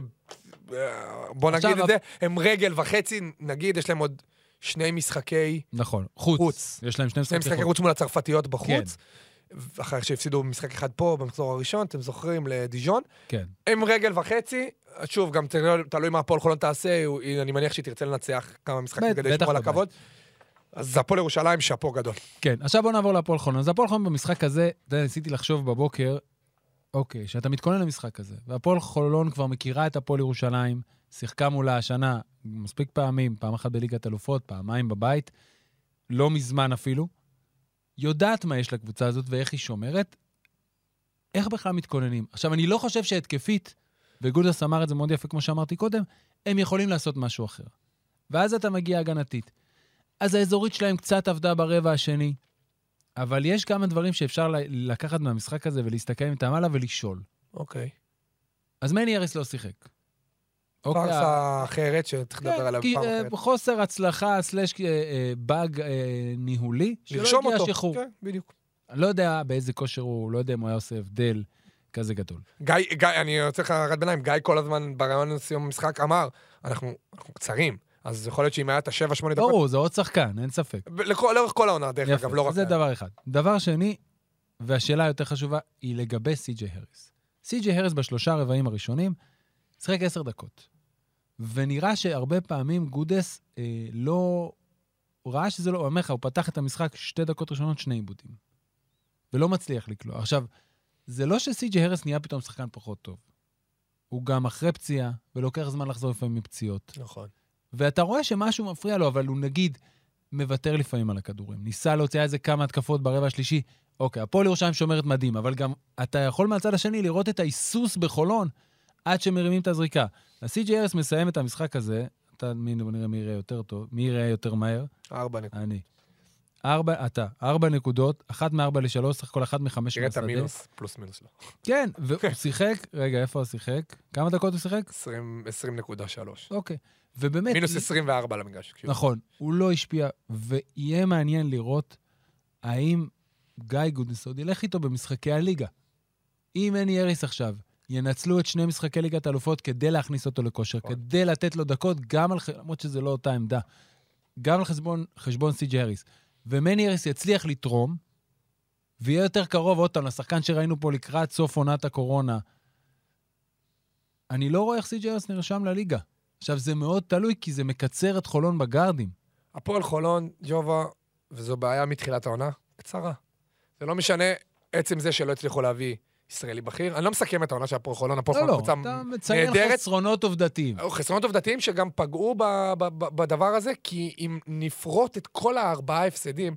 אה, בוא אוקיי. עכשיו, נגיד את אבל- זה, הם רגל וחצי, נגיד, יש להם עוד שני משחקי... נכון, חוץ. חוץ. יש להם שני משחקי שני משחקי חוץ. כן. חוץ מול הצרפתיות בחוץ. אחרי שהפסידו משחק אחד פה, במחזור הראשון, אתם זוכרים, לדיז'ון. כן. הם רגל וחצי, שוב, גם תלוי- תלוי מה הפועל חולון תעשה, הוא- אני מניח שהיא תרצה לנצח כמה משחקים בט- כדי בטח לשמור על בבית. הכבוד. אז הפועל ירושלים, שאפו גדול. כן, עכשיו בואו נעבור להפועל חולון. אז הפועל חולון במשחק הזה, אתה יודע, ניסיתי לחשוב בבוקר, אוקיי, שאתה מתכונן למשחק הזה, והפועל חולון כבר מכירה את הפועל ירושלים, שיחקה מולה השנה מספיק פעמים, פעם אחת בליגת אלופות, פעמיים בבית, לא מזמן אפילו. יודעת מה יש לקבוצה הזאת ואיך היא שומרת, איך בכלל מתכוננים. עכשיו, אני לא חושב שהתקפית, וגודס אמר את זה מאוד יפה, כמו שאמרתי קודם, הם יכולים לעשות משהו אחר. ואז אתה מגיע הגנתית. אז האזורית שלהם קצת עבדה ברבע השני, אבל יש כמה דברים שאפשר ל- לקחת מהמשחק הזה ולהסתכל איתם הלאה ולשאול. אוקיי. אז מני אריס לא שיחק. אוקיי, פארסה אחרת שצריך לדבר עליה כי, פעם אה, אחרת. חוסר הצלחה, סלאש אה, אה, באג אה, ניהולי, שלא לרשום הגיע אותו. שחרור. כן, בדיוק. אני לא יודע באיזה כושר הוא, לא יודע אם הוא היה עושה הבדל כזה גדול. גיא, גיא, אני יוצא לך הערת ביניים, גיא כל הזמן בראיון לסיום המשחק אמר, אנחנו אנחנו קצרים, אז יכול להיות שאם היה את השבע, שמונה דקות... ברור, זה עוד שחקן, אין ספק. ב- לכל- לאורך כל העונה, דרך אגב, לא רק... זה דבר אחד. דבר שני, והשאלה היותר חשובה, היא לגבי סי.ג'יי הריס. סי.ג'יי הריס בשלושה הרבעים הראשונים, שיחק עשר דקות. ונראה שהרבה פעמים גודס אה, לא... הוא ראה שזה לא... הוא אומר לך, הוא פתח את המשחק שתי דקות ראשונות, שני עיבודים. ולא מצליח לקלוע. עכשיו, זה לא שסי.ג'יי הריס נהיה פתאום שחקן פחות טוב. הוא גם אחרי פציעה, ולוקח זמן לחזור לפעמים מפציעות. נכון. ואתה רואה שמשהו מפריע לו, אבל הוא נגיד מוותר לפעמים על הכדורים. ניסה להוציא איזה כמה התקפות ברבע השלישי. אוקיי, הפועל ירושלים שומרת מדהים, אבל גם אתה יכול מהצד השני לראות את ההיסוס בחולון עד שמרימים את הזריקה. הסי.ג'י ארס מסיים את המשחק הזה, אתה מי בוא נראה מי יראה יותר טוב, מי יראה יותר מהר? ארבע נקודות. אני. ארבע, אתה, ארבע נקודות, אחת מארבע לשלוש, סך הכל אחת מחמש תראה את מהשדה. המינוס, פלוס מינוס לא. כן, והוא שיחק, רגע, איפה הוא שיחק? כמה דקות הוא שיחק? 20 20.3. אוקיי. ובאמת... מינוס 24 למגרש. כאילו. נכון, הוא לא השפיע, ויהיה מעניין לראות האם גיא גודנס עוד ילך איתו במשחקי הליגה. אם מני אריס עכשיו ינצלו את שני משחקי ליגת האלופות כדי להכניס אותו לכושר, נכון. כדי לתת לו דקות, גם על, ח- למרות שזה לא אותה עמדה, גם על חשבון, חשבון סי.ג'י אריס, ומני אריס יצליח לתרום, ויהיה יותר קרוב עוד פעם לשחקן שראינו פה לקראת סוף עונת הקורונה. אני לא רואה איך סי.ג'י אריס נרשם לליגה. עכשיו, זה מאוד תלוי, כי זה מקצר את חולון בגארדים. הפועל חולון, ג'ובה, וזו בעיה מתחילת העונה, קצרה. זה לא משנה עצם זה שלא הצליחו להביא ישראלי בכיר. אני לא מסכם את העונה של הפועל חולון, לא, הפועל לא, חולון קבוצה אתה מציין נכון, נהדרת. אה, חסרונות עובדתיים. חסרונות עובדתיים שגם פגעו ב- ב- ב- בדבר הזה, כי אם נפרוט את כל הארבעה הפסדים,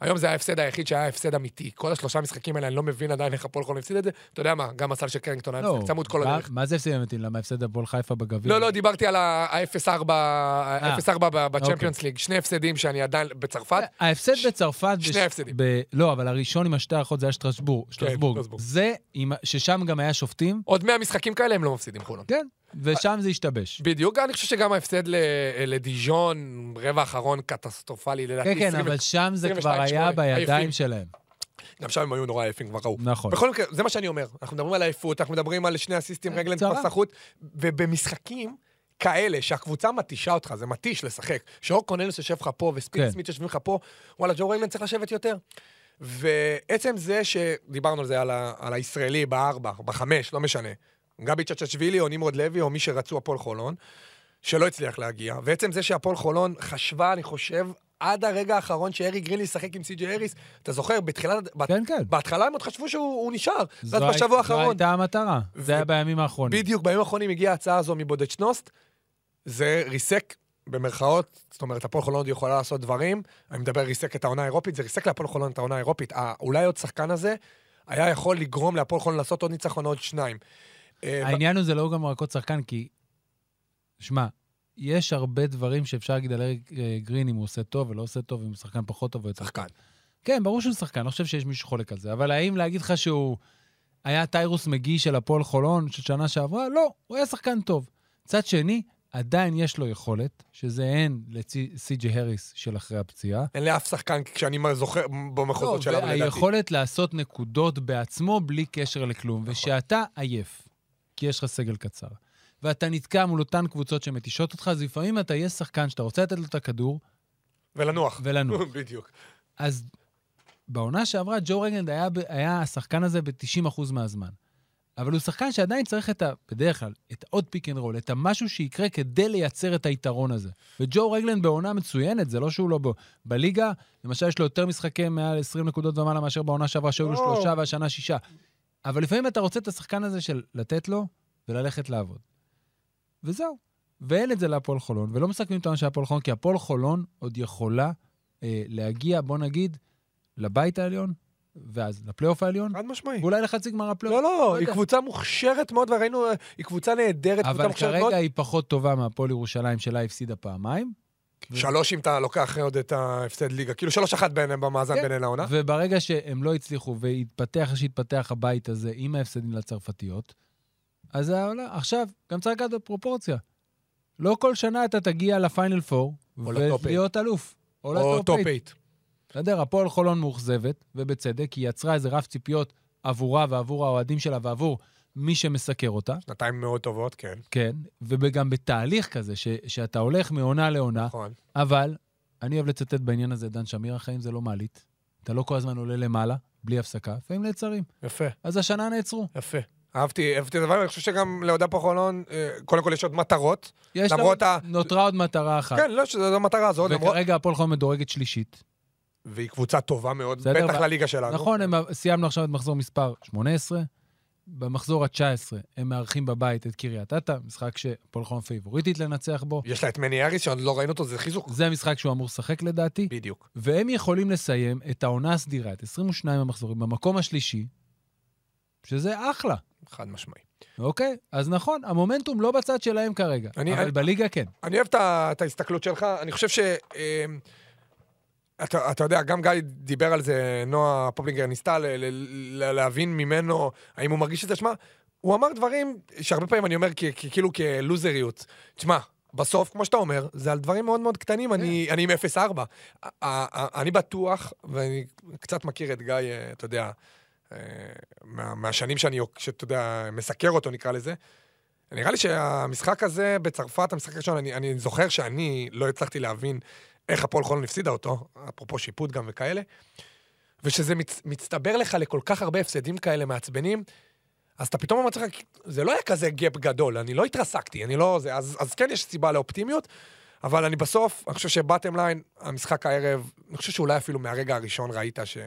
היום זה ההפסד היחיד שהיה הפסד אמיתי. כל השלושה המשחקים האלה, אני לא מבין עדיין איך הפועל חולון הפסיד את זה. אתה יודע מה, גם הסל של קרינגטון היה לא, הפסד צמוד כל מה- הדרך. מה זה הפסד אמיתי? למה הפסד הפועל חיפה בגביע? לא, לא, דיברתי על ה-0-4 אה, אוקיי. בצ'מפיונס ליג. שני הפסדים שאני עדיין בצרפת. אה, ההפסד ש- בצרפת... שני בש- הפסדים. ב- לא, אבל הראשון עם השתי הערכות זה היה שטרסבורג. שטרסבורג. שטרסבורג. זה, עם- ששם גם היה שופטים, עוד 100 משחקים כאלה הם לא מפסידים חולון. כן, ושם זה השתבש. בדיוק, אני חושב שגם ההפסד ל- לדיז'ון, רבע אחרון קטסטרופלי, לדעתי. כן, כן, 20 אבל שם זה 22, כבר היה שמונה, עייפים. בידיים שלהם. גם שם הם היו נורא עייפים, כבר ראו. נכון. בכל מקרה, זה מה שאני אומר. אנחנו מדברים על עייפות, אנחנו מדברים על שני אסיסטים, כן, רגלנד, צרה. פסחות, ובמשחקים כאלה, שהקבוצה מתישה אותך, זה מתיש לשחק. שאור קוננס יושב לך פה, וספיץ כן. סמית יושבים לך פה, וואלה, ג'ו רגלנד צריך לשבת יותר. ועצם זה שדיברנו על זה, על, ה... על הישראלי בארבע, בחמש, לא משנה. גבי צ'צ'שווילי או נמרוד לוי או מי שרצו הפועל חולון, שלא הצליח להגיע. ועצם זה שהפועל חולון חשבה, אני חושב, עד הרגע האחרון שארי גרין ישחק עם סי.ג'י אריס, אתה זוכר, בתחילת... כן, כן. בהתחלה הם עוד חשבו שהוא הוא נשאר, זו ואז הי- בשבוע זו האחרון, הייתה המטרה. ו- זה היה בימים האחרונים. בדיוק, בימים האחרונים הגיעה ההצעה הזו מבודדשנוסט, זה ריסק, במרכאות, זאת אומרת, הפועל חולון עוד יכולה לעשות דברים, אני מדבר ריסק את העונה האירופית, זה ריסק להפועל חולון את העונה האירופית, אה, אולי עוד שחקן הזה היה יכול לגרום להפועל חולון לעשות עוד ניצחון, עוד שניים. אה, ו- העניין הוא זה לא גם רק עוד שחקן, כי... שמע, יש הרבה דברים שאפשר להגיד על אריק אה, גרין אם הוא עושה טוב ולא עושה טוב, אם הוא שחקן פחות טוב או יוצא. שחקן. כן, ברור שהוא שחקן, אני לא חושב שיש מישהו שחולק על זה. אבל האם להגיד לך שהוא היה טיירוס מגי של הפועל חולון של שנה שעברה? לא, הוא היה שחקן טוב. מצד שני, עדיין יש לו יכולת, שזה אין לסי.ג'י הריס של אחרי הפציעה. אין לאף שחקן, כשאני זוכר, במחוזות לא, שלה, אבל לדעתי. והיכולת לעשות נקודות בעצמו בלי קשר לכלום, ושאתה עייף, כי יש לך סגל קצר, ואתה נתקע מול אותן קבוצות שמתישות אותך, אז לפעמים אתה יש שחקן שאתה רוצה לתת לו את הכדור ולנוח. ולנוח. בדיוק. אז בעונה שעברה ג'ו רגנד היה, ב- היה השחקן הזה ב-90% מהזמן. אבל הוא שחקן שעדיין צריך את ה... בדרך כלל, את העוד פיק אנד רול, את המשהו שיקרה כדי לייצר את היתרון הזה. וג'ו רגלנד בעונה מצוינת, זה לא שהוא לא ב... בליגה, למשל, יש לו יותר משחקי מעל 20 נקודות ומעלה מאשר בעונה שעברה, שהיו לו לא. שלושה והשנה שישה. אבל לפעמים אתה רוצה את השחקן הזה של לתת לו וללכת לעבוד. וזהו. ואין את זה להפועל חולון, ולא מסכמים את העונה של הפועל חולון, כי הפועל חולון עוד יכולה אה, להגיע, בוא נגיד, לבית העליון, ואז לפלייאוף העליון, חד משמעי. ואולי לחצי גמר הפלייאוף. לא, לא, היא יודע. קבוצה מוכשרת מאוד, וראינו, אה, היא קבוצה נהדרת, קבוצה אבל מוכשרת מאוד. כרגע היא פחות טובה מהפועל ירושלים שלה הפסידה פעמיים, שלוש אם אתה לוקח עוד את ההפסד ליגה. כאילו שלוש אחת ביניהם במאזן כן. ביניהם העונה. וברגע שהם לא הצליחו והתפתח איך שהתפתח הבית הזה עם ההפסדים לצרפתיות, אז זה העולם. עכשיו, גם צריך לקחת בפרופורציה. לא כל שנה אתה תגיע לפיינל פור לטופ ולהיות אלוף. או טופ אייט. בסדר, הפועל חולון מאוכזבת, ובצדק, היא יצרה איזה רף ציפיות עבורה ועבור האוהדים שלה ועבור מי שמסקר אותה, שנתיים מאוד טובות, כן. כן, וגם בתהליך כזה, ש, שאתה הולך מעונה לעונה, נכון. אבל אני אוהב לצטט בעניין הזה את דן שמיר, החיים זה לא מעלית. אתה לא כל הזמן עולה למעלה, בלי הפסקה, לפעמים נעצרים. יפה, אז השנה נעצרו. יפה. אהבתי, אהבתי את הדבר, אני חושב שגם לאודה פחולון, אה, קודם כל יש עוד מטרות. יש למרות לה... ה- נותרה עוד מטרה אחת. כן, לא, שזו המטרה הזאת, למרות... וכרגע הפועל חולון מדורגת שלישית. והיא קבוצה טובה מאוד, בסדר, בטח אבל- לליגה שלנו. נכון, הם, סיימנו עכשיו את מחזור מספר 18. במחזור ה-19 הם מארחים בבית את קריית אתא, משחק שהפועל חולון פייבוריטית לנצח בו. יש לה את מני אריס, שעוד לא ראינו אותו, זה חיזוק. זה המשחק שהוא אמור לשחק לדעתי. בדיוק. והם יכולים לסיים את העונה הסדירה, את 22 המחזורים, במקום השלישי, שזה אחלה. חד משמעי. אוקיי, אז נכון, המומנטום לא בצד שלהם כרגע, אני- אבל אני- בליגה כן. אני אוהב את ה- את ההסתכלות שלך, אני חושב ש... אמ, אתה, אתה יודע, גם גיא דיבר על זה, נועה פופלינגר ניסתה ל, ל, ל, להבין ממנו האם הוא מרגיש את זה. שמע, הוא אמר דברים שהרבה פעמים אני אומר כ, כ, כאילו כלוזריות. תשמע, בסוף, כמו שאתה אומר, זה על דברים מאוד מאוד קטנים, אני, אני עם 0-4. א- א- א- אני בטוח, ואני קצת מכיר את גיא, אה, אתה יודע, אה, מה, מהשנים שאני, עוק- שאתה יודע, מסקר אותו, נקרא לזה. נראה לי שהמשחק הזה בצרפת, המשחק הראשון, אני, אני זוכר שאני לא הצלחתי להבין איך הפועל חולון הפסידה אותו, אפרופו שיפוט גם וכאלה, ושזה מצ, מצטבר לך לכל כך הרבה הפסדים כאלה מעצבנים, אז אתה פתאום אומר לעצמך, זה לא היה כזה גאפ גדול, אני לא התרסקתי, אני לא... זה, אז, אז כן יש סיבה לאופטימיות, אבל אני בסוף, אני חושב שבטם ליין, המשחק הערב, אני חושב שאולי אפילו מהרגע הראשון ראית ש...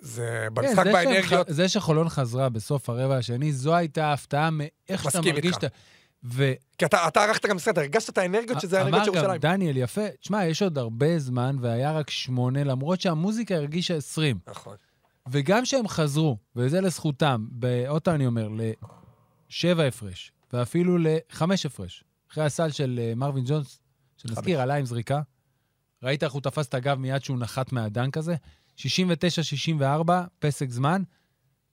זה כן, במשחק זה שהם באנרגיות, ח- זה שחולון חזרה בסוף הרבע השני, זו הייתה ההפתעה מאיך שאתה מסכים מרגיש. איתך. את ה- ו- כי אתה אתה ערכת גם סרט, הרגשת את האנרגיות שזה האנרגיות של אמר גם ירושלים. דניאל, יפה, תשמע, יש עוד הרבה זמן והיה רק שמונה, למרות שהמוזיקה הרגישה עשרים. נכון. וגם שהם חזרו, וזה לזכותם, ב- עוד פעם אני אומר, לשבע הפרש, ואפילו לחמש הפרש, אחרי הסל של אה, מרווין ג'ונס, שנזכיר, עלה עם זריקה, ראית איך הוא תפס את הגב מיד שהוא נחת מהדנק הזה? 69-64, פסק זמן,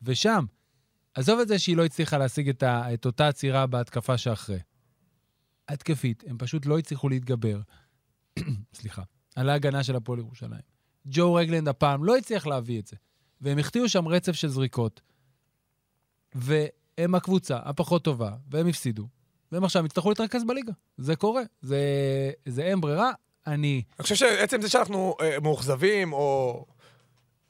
ושם, עזוב את זה שהיא לא הצליחה להשיג את, ה, את אותה עצירה בהתקפה שאחרי. התקפית, הם פשוט לא הצליחו להתגבר, סליחה, על ההגנה של הפועל ירושלים. ג'ו רגלנד הפעם לא הצליח להביא את זה. והם החטיאו שם רצף של זריקות, והם הקבוצה הפחות טובה, והם הפסידו, והם עכשיו יצטרכו להתרכז בליגה. זה קורה, זה, זה אין ברירה. אני, אני חושב שעצם זה שאנחנו אה, מאוכזבים, או...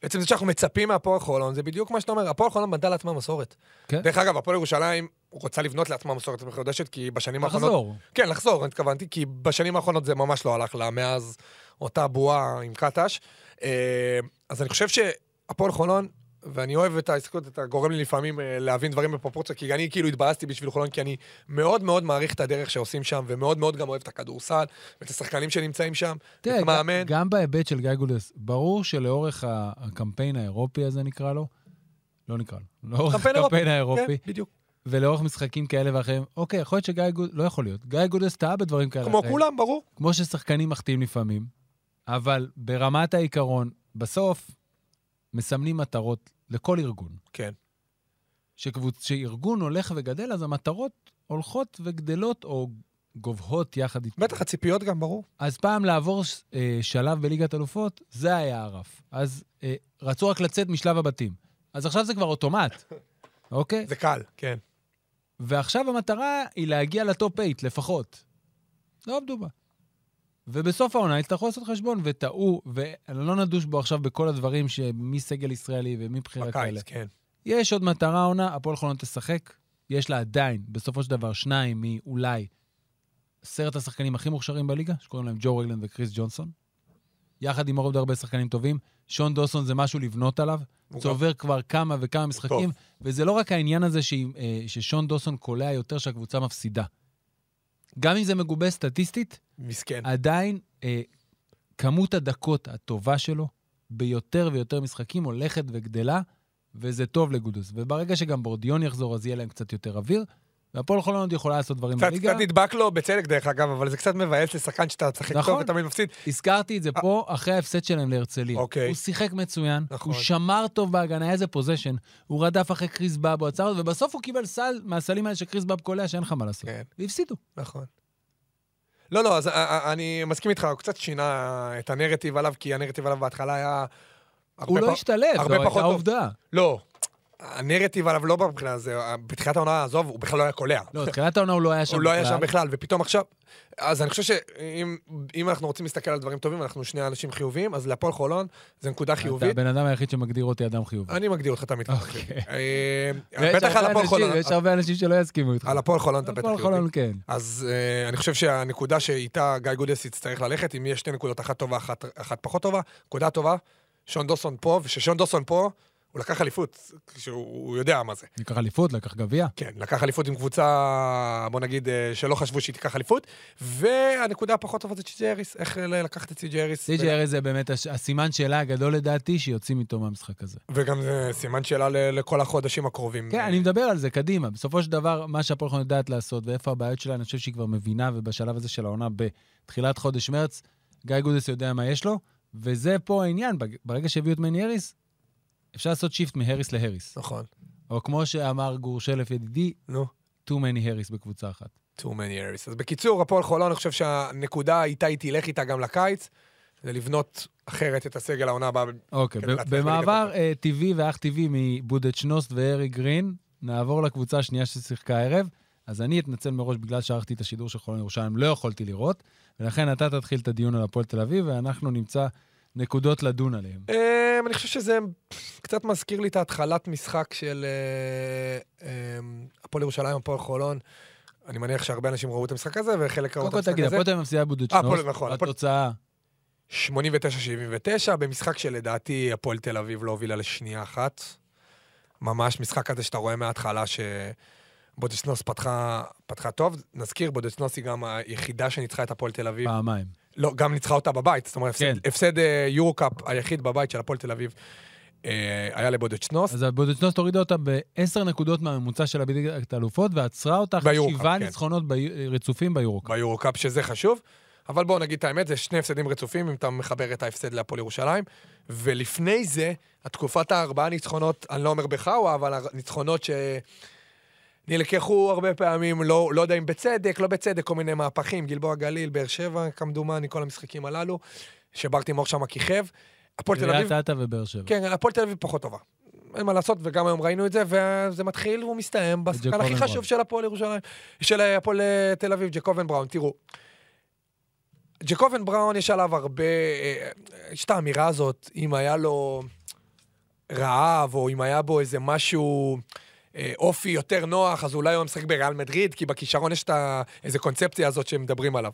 עצם זה שאנחנו מצפים מהפועל חולון, זה בדיוק מה שאתה אומר, הפועל חולון בנתה לעצמה מסורת. כן. דרך אגב, הפועל ירושלים רוצה לבנות לעצמה מסורת מחודשת, כי בשנים האחרונות... לחזור. כן, לחזור, אני התכוונתי, כי בשנים האחרונות זה ממש לא הלך לה, מאז אותה בועה עם קטש. אה, אז אני חושב שהפועל חולון, ואני אוהב את ההסתכלות, אתה גורם לי לפעמים אה, להבין דברים בפרופורציה, כי אני כאילו התבאסתי בשביל חולון, כי אני מאוד מאוד מעריך את הדרך שעושים שם, ומאוד מאוד גם אוהב את הכדורסל, ואת השחקנים שנמצאים שם, תראה, את המאמן. גם- גם בהיבט של גיא גולדס, ברור שלאורך ה- הקמפיין האירופי הזה נקרא לו, לא נקרא לו, לאורך קמפיין אירופי, הקמפיין האירופי, כן, בדיוק. ולאורך משחקים כאלה ואחרים, אוקיי, יכול להיות שגיא גולדס, לא יכול להיות, גיא גולדס טעה בדברים כאלה. כמו אחרים. כולם, ברור. כמו ששחקנים מחטיאים לפעמים, אבל ברמת העיקרון, בסוף מסמנים מטרות לכל ארגון. כן. שקבוצ... שארגון הולך וגדל, אז המטרות הולכות וגדלות או גובהות יחד איתו. בטח הציפיות גם, ברור. אז פעם לעבור אה, שלב בליגת אלופות, זה היה הרף. אז אה, רצו רק לצאת משלב הבתים. אז עכשיו זה כבר אוטומט, אוקיי? זה קל. כן. ועכשיו המטרה היא להגיע לטופ 8 לפחות. לא עבדו בה. ובסוף העונה יצטרכו לעשות חשבון, וטעו, ואני לא נדוש בו עכשיו בכל הדברים שמי סגל ישראלי ומי בחירה כאלה. בקיץ, כן. יש עוד מטרה העונה, הפועל חולון תשחק. יש לה עדיין, בסופו של דבר, שניים מאולי עשרת השחקנים הכי מוכשרים בליגה, שקוראים להם ג'ו רגלנד וכריס ג'ונסון. יחד עם עוד הרבה שחקנים טובים. שון דוסון זה משהו לבנות עליו. הוא זה גם- עובר כבר כמה וכמה משחקים, וזה לא רק העניין הזה ש... ששון דוסון קולע יותר שהקבוצה מפסידה. גם אם זה מגובה סטטיסטית, מסכן. עדיין אה, כמות הדקות הטובה שלו ביותר ויותר משחקים הולכת וגדלה, וזה טוב לגודוס. וברגע שגם בורדיון יחזור, אז יהיה להם קצת יותר אוויר, והפועל חולון עוד יכולה לעשות דברים קצת בליגה. קצת נדבק לו, בצדק דרך אגב, אבל זה קצת מבאס לשחקן שאתה צחק טוב נכון. ותמיד מפסיד. הזכרתי את זה פה אחרי ההפסד שלהם להרצליה. אה. אוקיי. הוא שיחק מצוין, נכון. הוא שמר טוב בהגנה, היה איזה פוזיישן, הוא רדף אחרי קריס באב, הוא עצר אותו, ובסוף הוא קיבל סל מהסלים האלה שקריס באב קולע, שאין לך מה לעשות. כן. והפסידו. נכון. לא, לא, אז א- א- אני מסכים איתך, הוא קצת שינה את הנרטיב עליו, כי הנרטיב עליו בהתחלה היה... הרבה הוא לא פח- השתלב, זו הרבה הייתה פחות טוב. עובדה. לא. הנרטיב עליו לא מבחינה הזה, בתחילת העונה, עזוב, הוא בכלל לא היה קולע. לא, תחילת העונה הוא לא היה שם הוא לא היה שם בכלל, ופתאום עכשיו... אז אני חושב שאם אם אנחנו רוצים להסתכל על דברים טובים, אנחנו שני אנשים חיוביים, אז להפועל חולון זה נקודה אתה חיובית. הבן אדם היחיד שמגדיר אותי אדם חיובי. אני מגדיר אותך תמיד ככה. אוקיי. אה, ויש כן. בטח על הרבה הפועל אנשים- חולון. יש הרבה אנשים שלא יסכימו איתך. על הפועל חולון אתה בטח הפועל חיובי. חולון כן. אז אה, אני חושב שהנקודה שאיתה גיא גודס יצטרך ללכת, אם יש שתי נקודות, אחת טובה, אחת, אחת פחות טובה, נקודה טובה, שון דוסון פה, וכששון דוסון פה, הוא לקח אליפות, כשהוא הוא יודע מה זה. לקח אליפות, לקח גביע. כן, לקח אליפות עם קבוצה, בוא נגיד, אה, שלא חשבו שהיא תיקח אליפות, והנקודה הפחות טובה זה צ'י ג'ריס, איך ל- לקחת את צ'י ג'ריס. סי.ג'י ארז זה באמת הש- הסימן שאלה הגדול לדעתי שיוצאים איתו מהמשחק הזה. וגם זה סימן שאלה ל- לכל החודשים הקרובים. כן, אני מדבר על זה, קדימה. בסופו של דבר, מה שהפועל חולון יודעת לעשות ואיפה הבעיות שלה, אני חושב שהיא כבר מבינה, ובשלב הזה של העונה, בתחילת חודש מרץ, גיא גודס יודע מה יש לו, וזה פה העניין. בג- ברגע שהביאו את מני אריס, אפשר לעשות שיפט מהריס להריס. נכון, או כמו שאמר גור שלף ידידי, נו. too many הריס בקבוצה אחת. too many areas. אז בקיצור, הפועל חולון, אני חושב שהנקודה איתה היא תלך איתה גם לקיץ, זה לבנות אחרת את הסגל העונה הבאה. אוקיי, כן, ב- להצליח במעבר בליגת אה, טבעי ואך טבעי מבודד שנוסט והארי גרין, נעבור לקבוצה השנייה ששיחקה הערב. אז אני אתנצל מראש בגלל שערכתי את השידור של חולון ירושלים, לא יכולתי לראות, ולכן אתה תתחיל את הדיון על הפועל תל אביב, ואנחנו נמצא נקודות לדון עליהן. אה, אני חושב שזה קצת מזכיר לי את ההתחלת משחק של אה, אה, הפועל ירושלים, הפועל חולון. אני מניח שהרבה אנשים ראו את המשחק הזה, וחלק ראו קודם את כל המשחק תגיד, הזה. הפועל תל אביב מפסידה בודד אה, הפועל- שנוסט, נכון, הפועל- התוצאה, 89-79, במשחק שלדעתי הפועל תל אביב לא הובילה לשנייה אחת. ממש משחק כזה שאתה רואה מההתחלה שבודדשנוס פתחה, פתחה טוב. נזכיר, בודדשנוס היא גם היחידה שניצחה את הפועל תל אביב. פעמיים. לא, גם ניצחה אותה בבית. זאת אומרת, הפסד, אה. כן. הפסד אה, יורו-קאפ היחיד בבית של הפועל תל אביב אה, היה לבודדשנוס. אז הבודד שנוסט הורידה אותה בעשר נקודות מהממוצע שלה בליגת האלופות, ועצרה אותה אחרי ביורוקאפ, שבעה כן. ניצחונות ב- רצופים ביורוקאפ. ביורו-קאפ, שזה חשוב. אבל בואו נגיד את האמת, זה שני הפסדים רצופים, אם אתה מחבר את ההפסד להפועל ירושלים. ולפני זה, התקופת הארבעה ניצחונות, אני לא אומר בחאווה, אבל הניצחונות שנלקחו הרבה פעמים, לא, לא יודע אם בצדק, לא בצדק, כל מיני מהפכים, גלבוע גליל, באר שבע, כמדומני, כל המשחקים הללו, שברטימור שם כיכב. הפועל תל אביב... קריית אתא ובאר שבע. כן, הפועל תל אביב פחות טובה. אין מה לעשות, וגם היום ראינו את זה, וזה מתחיל והוא מסתיים בשחקן הכי ג'קובן חשוב בראון. של הפועל ירושלים, של הפועל אה, תל אביב, ג'קובן בראון. תראו, ג'קובן בראון יש עליו הרבה, אה, יש את האמירה הזאת, אם היה לו רעב, או אם היה בו איזה משהו... אה, אופי יותר נוח, אז אולי הוא משחק בריאל מדריד, כי בכישרון יש את ה... איזה קונספציה הזאת שמדברים עליו.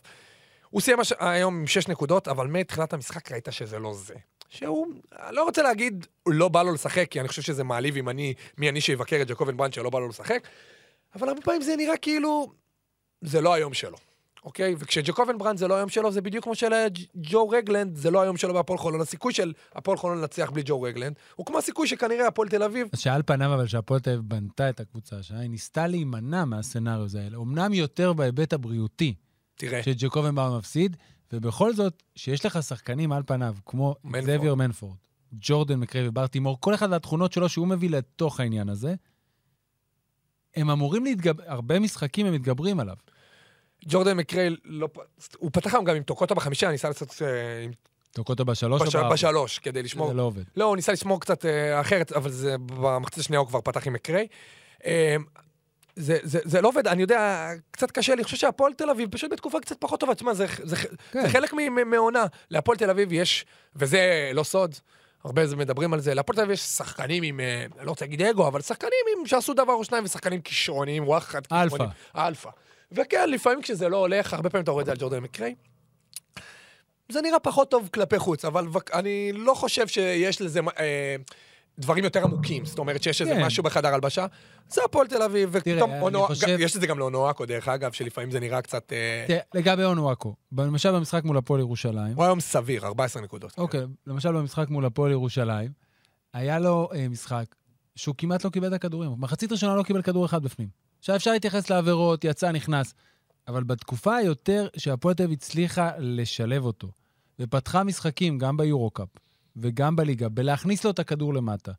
הוא סיים הש... היום עם שש נקודות, אבל מתחילת המשחק ראית שזה לא זה. שהוא, אני לא רוצה להגיד, לא בא לו לשחק, כי אני חושב שזה מעליב אם אני, מי אני שיבקר את ג'קובן ברנד שלא בא לו לשחק, אבל הרבה פעמים זה נראה כאילו, זה לא היום שלו, אוקיי? וכשג'קובן ברנד זה לא היום שלו, זה בדיוק כמו שלג'ו רגלנד, זה לא היום שלו בהפועל חולון. הסיכוי של הפועל חולון לנצח בלי ג'ו רגלנד, הוא כמו הסיכוי שכנראה הפועל תל אביב אז שעל פניו, אבל שהפועל תל אביב בנתה את הקבוצה שלה, היא ניסתה להימנע מהסצנריוז האלה. אמנם יותר בהיבט הבריאותי, תראה. שג'קובן בר מפסיד, ובכל זאת, שיש לך שחקנים על פניו, כמו מנפורד. זאביור מנפורד, ג'ורדן מקרי וברטימור, כל אחד והתכונות שלו שהוא מביא לתוך העניין הזה, הם אמורים להתגבר, הרבה משחקים הם מתגברים עליו. ג'ורדן מקרייל, לא, פ- הוא פתח היום גם עם טוקוטה בחמישה, ניסה לעשות אה, עם תוקע אותו בשלוש בש, או בארבע? בשלוש, כדי לשמור. זה לא עובד. לא, הוא ניסה לשמור קצת אה, אחרת, אבל זה, במחצית השנייה הוא כבר פתח עם מקריי. אה, זה, זה, זה לא עובד, אני יודע, קצת קשה לי, אני חושב שהפועל תל אביב פשוט בתקופה קצת פחות טובה, תשמע, זה, זה, כן. זה חלק מ- מ- מעונה. להפועל תל אביב יש, וזה לא סוד, הרבה זה מדברים על זה, להפועל תל אביב יש שחקנים עם, אה, אני לא רוצה להגיד אגו, אבל שחקנים עם, שעשו דבר או שניים, ושחקנים כישרוניים, וואחד, אלפא. כישרוניים. אלפא. וכן, לפעמים כשזה לא הולך, הרבה פעמים אתה רואה את זה על ג'ורדן מקריי. זה נראה פחות טוב כלפי חוץ, אבל וק- אני לא חושב שיש לזה אה, דברים יותר עמוקים. זאת אומרת שיש איזה כן. משהו בחדר הלבשה. זה הפועל תל אביב, ופתאום אני אונו- חושב- גם- יש לזה גם לאונואקו, דרך אגב, שלפעמים זה נראה קצת... אה, תראה, לגבי אונואקו, למשל במשחק מול הפועל ירושלים, הוא היום סביר, 14 נקודות. אוקיי, למשל במשחק מול הפועל ירושלים, היה לו אה, משחק שהוא כמעט לא קיבל את הכדורים. מחצית ראשונה לא קיבל כדור אחד בפנים. עכשיו, אפשר להתייחס לעבירות, יצא, נכנס. אבל בתקופה היותר שהפועל תל אביב הצליחה לשלב אותו, ופתחה משחקים גם ביורו-קאפ וגם בליגה, בלהכניס לו את הכדור למטה,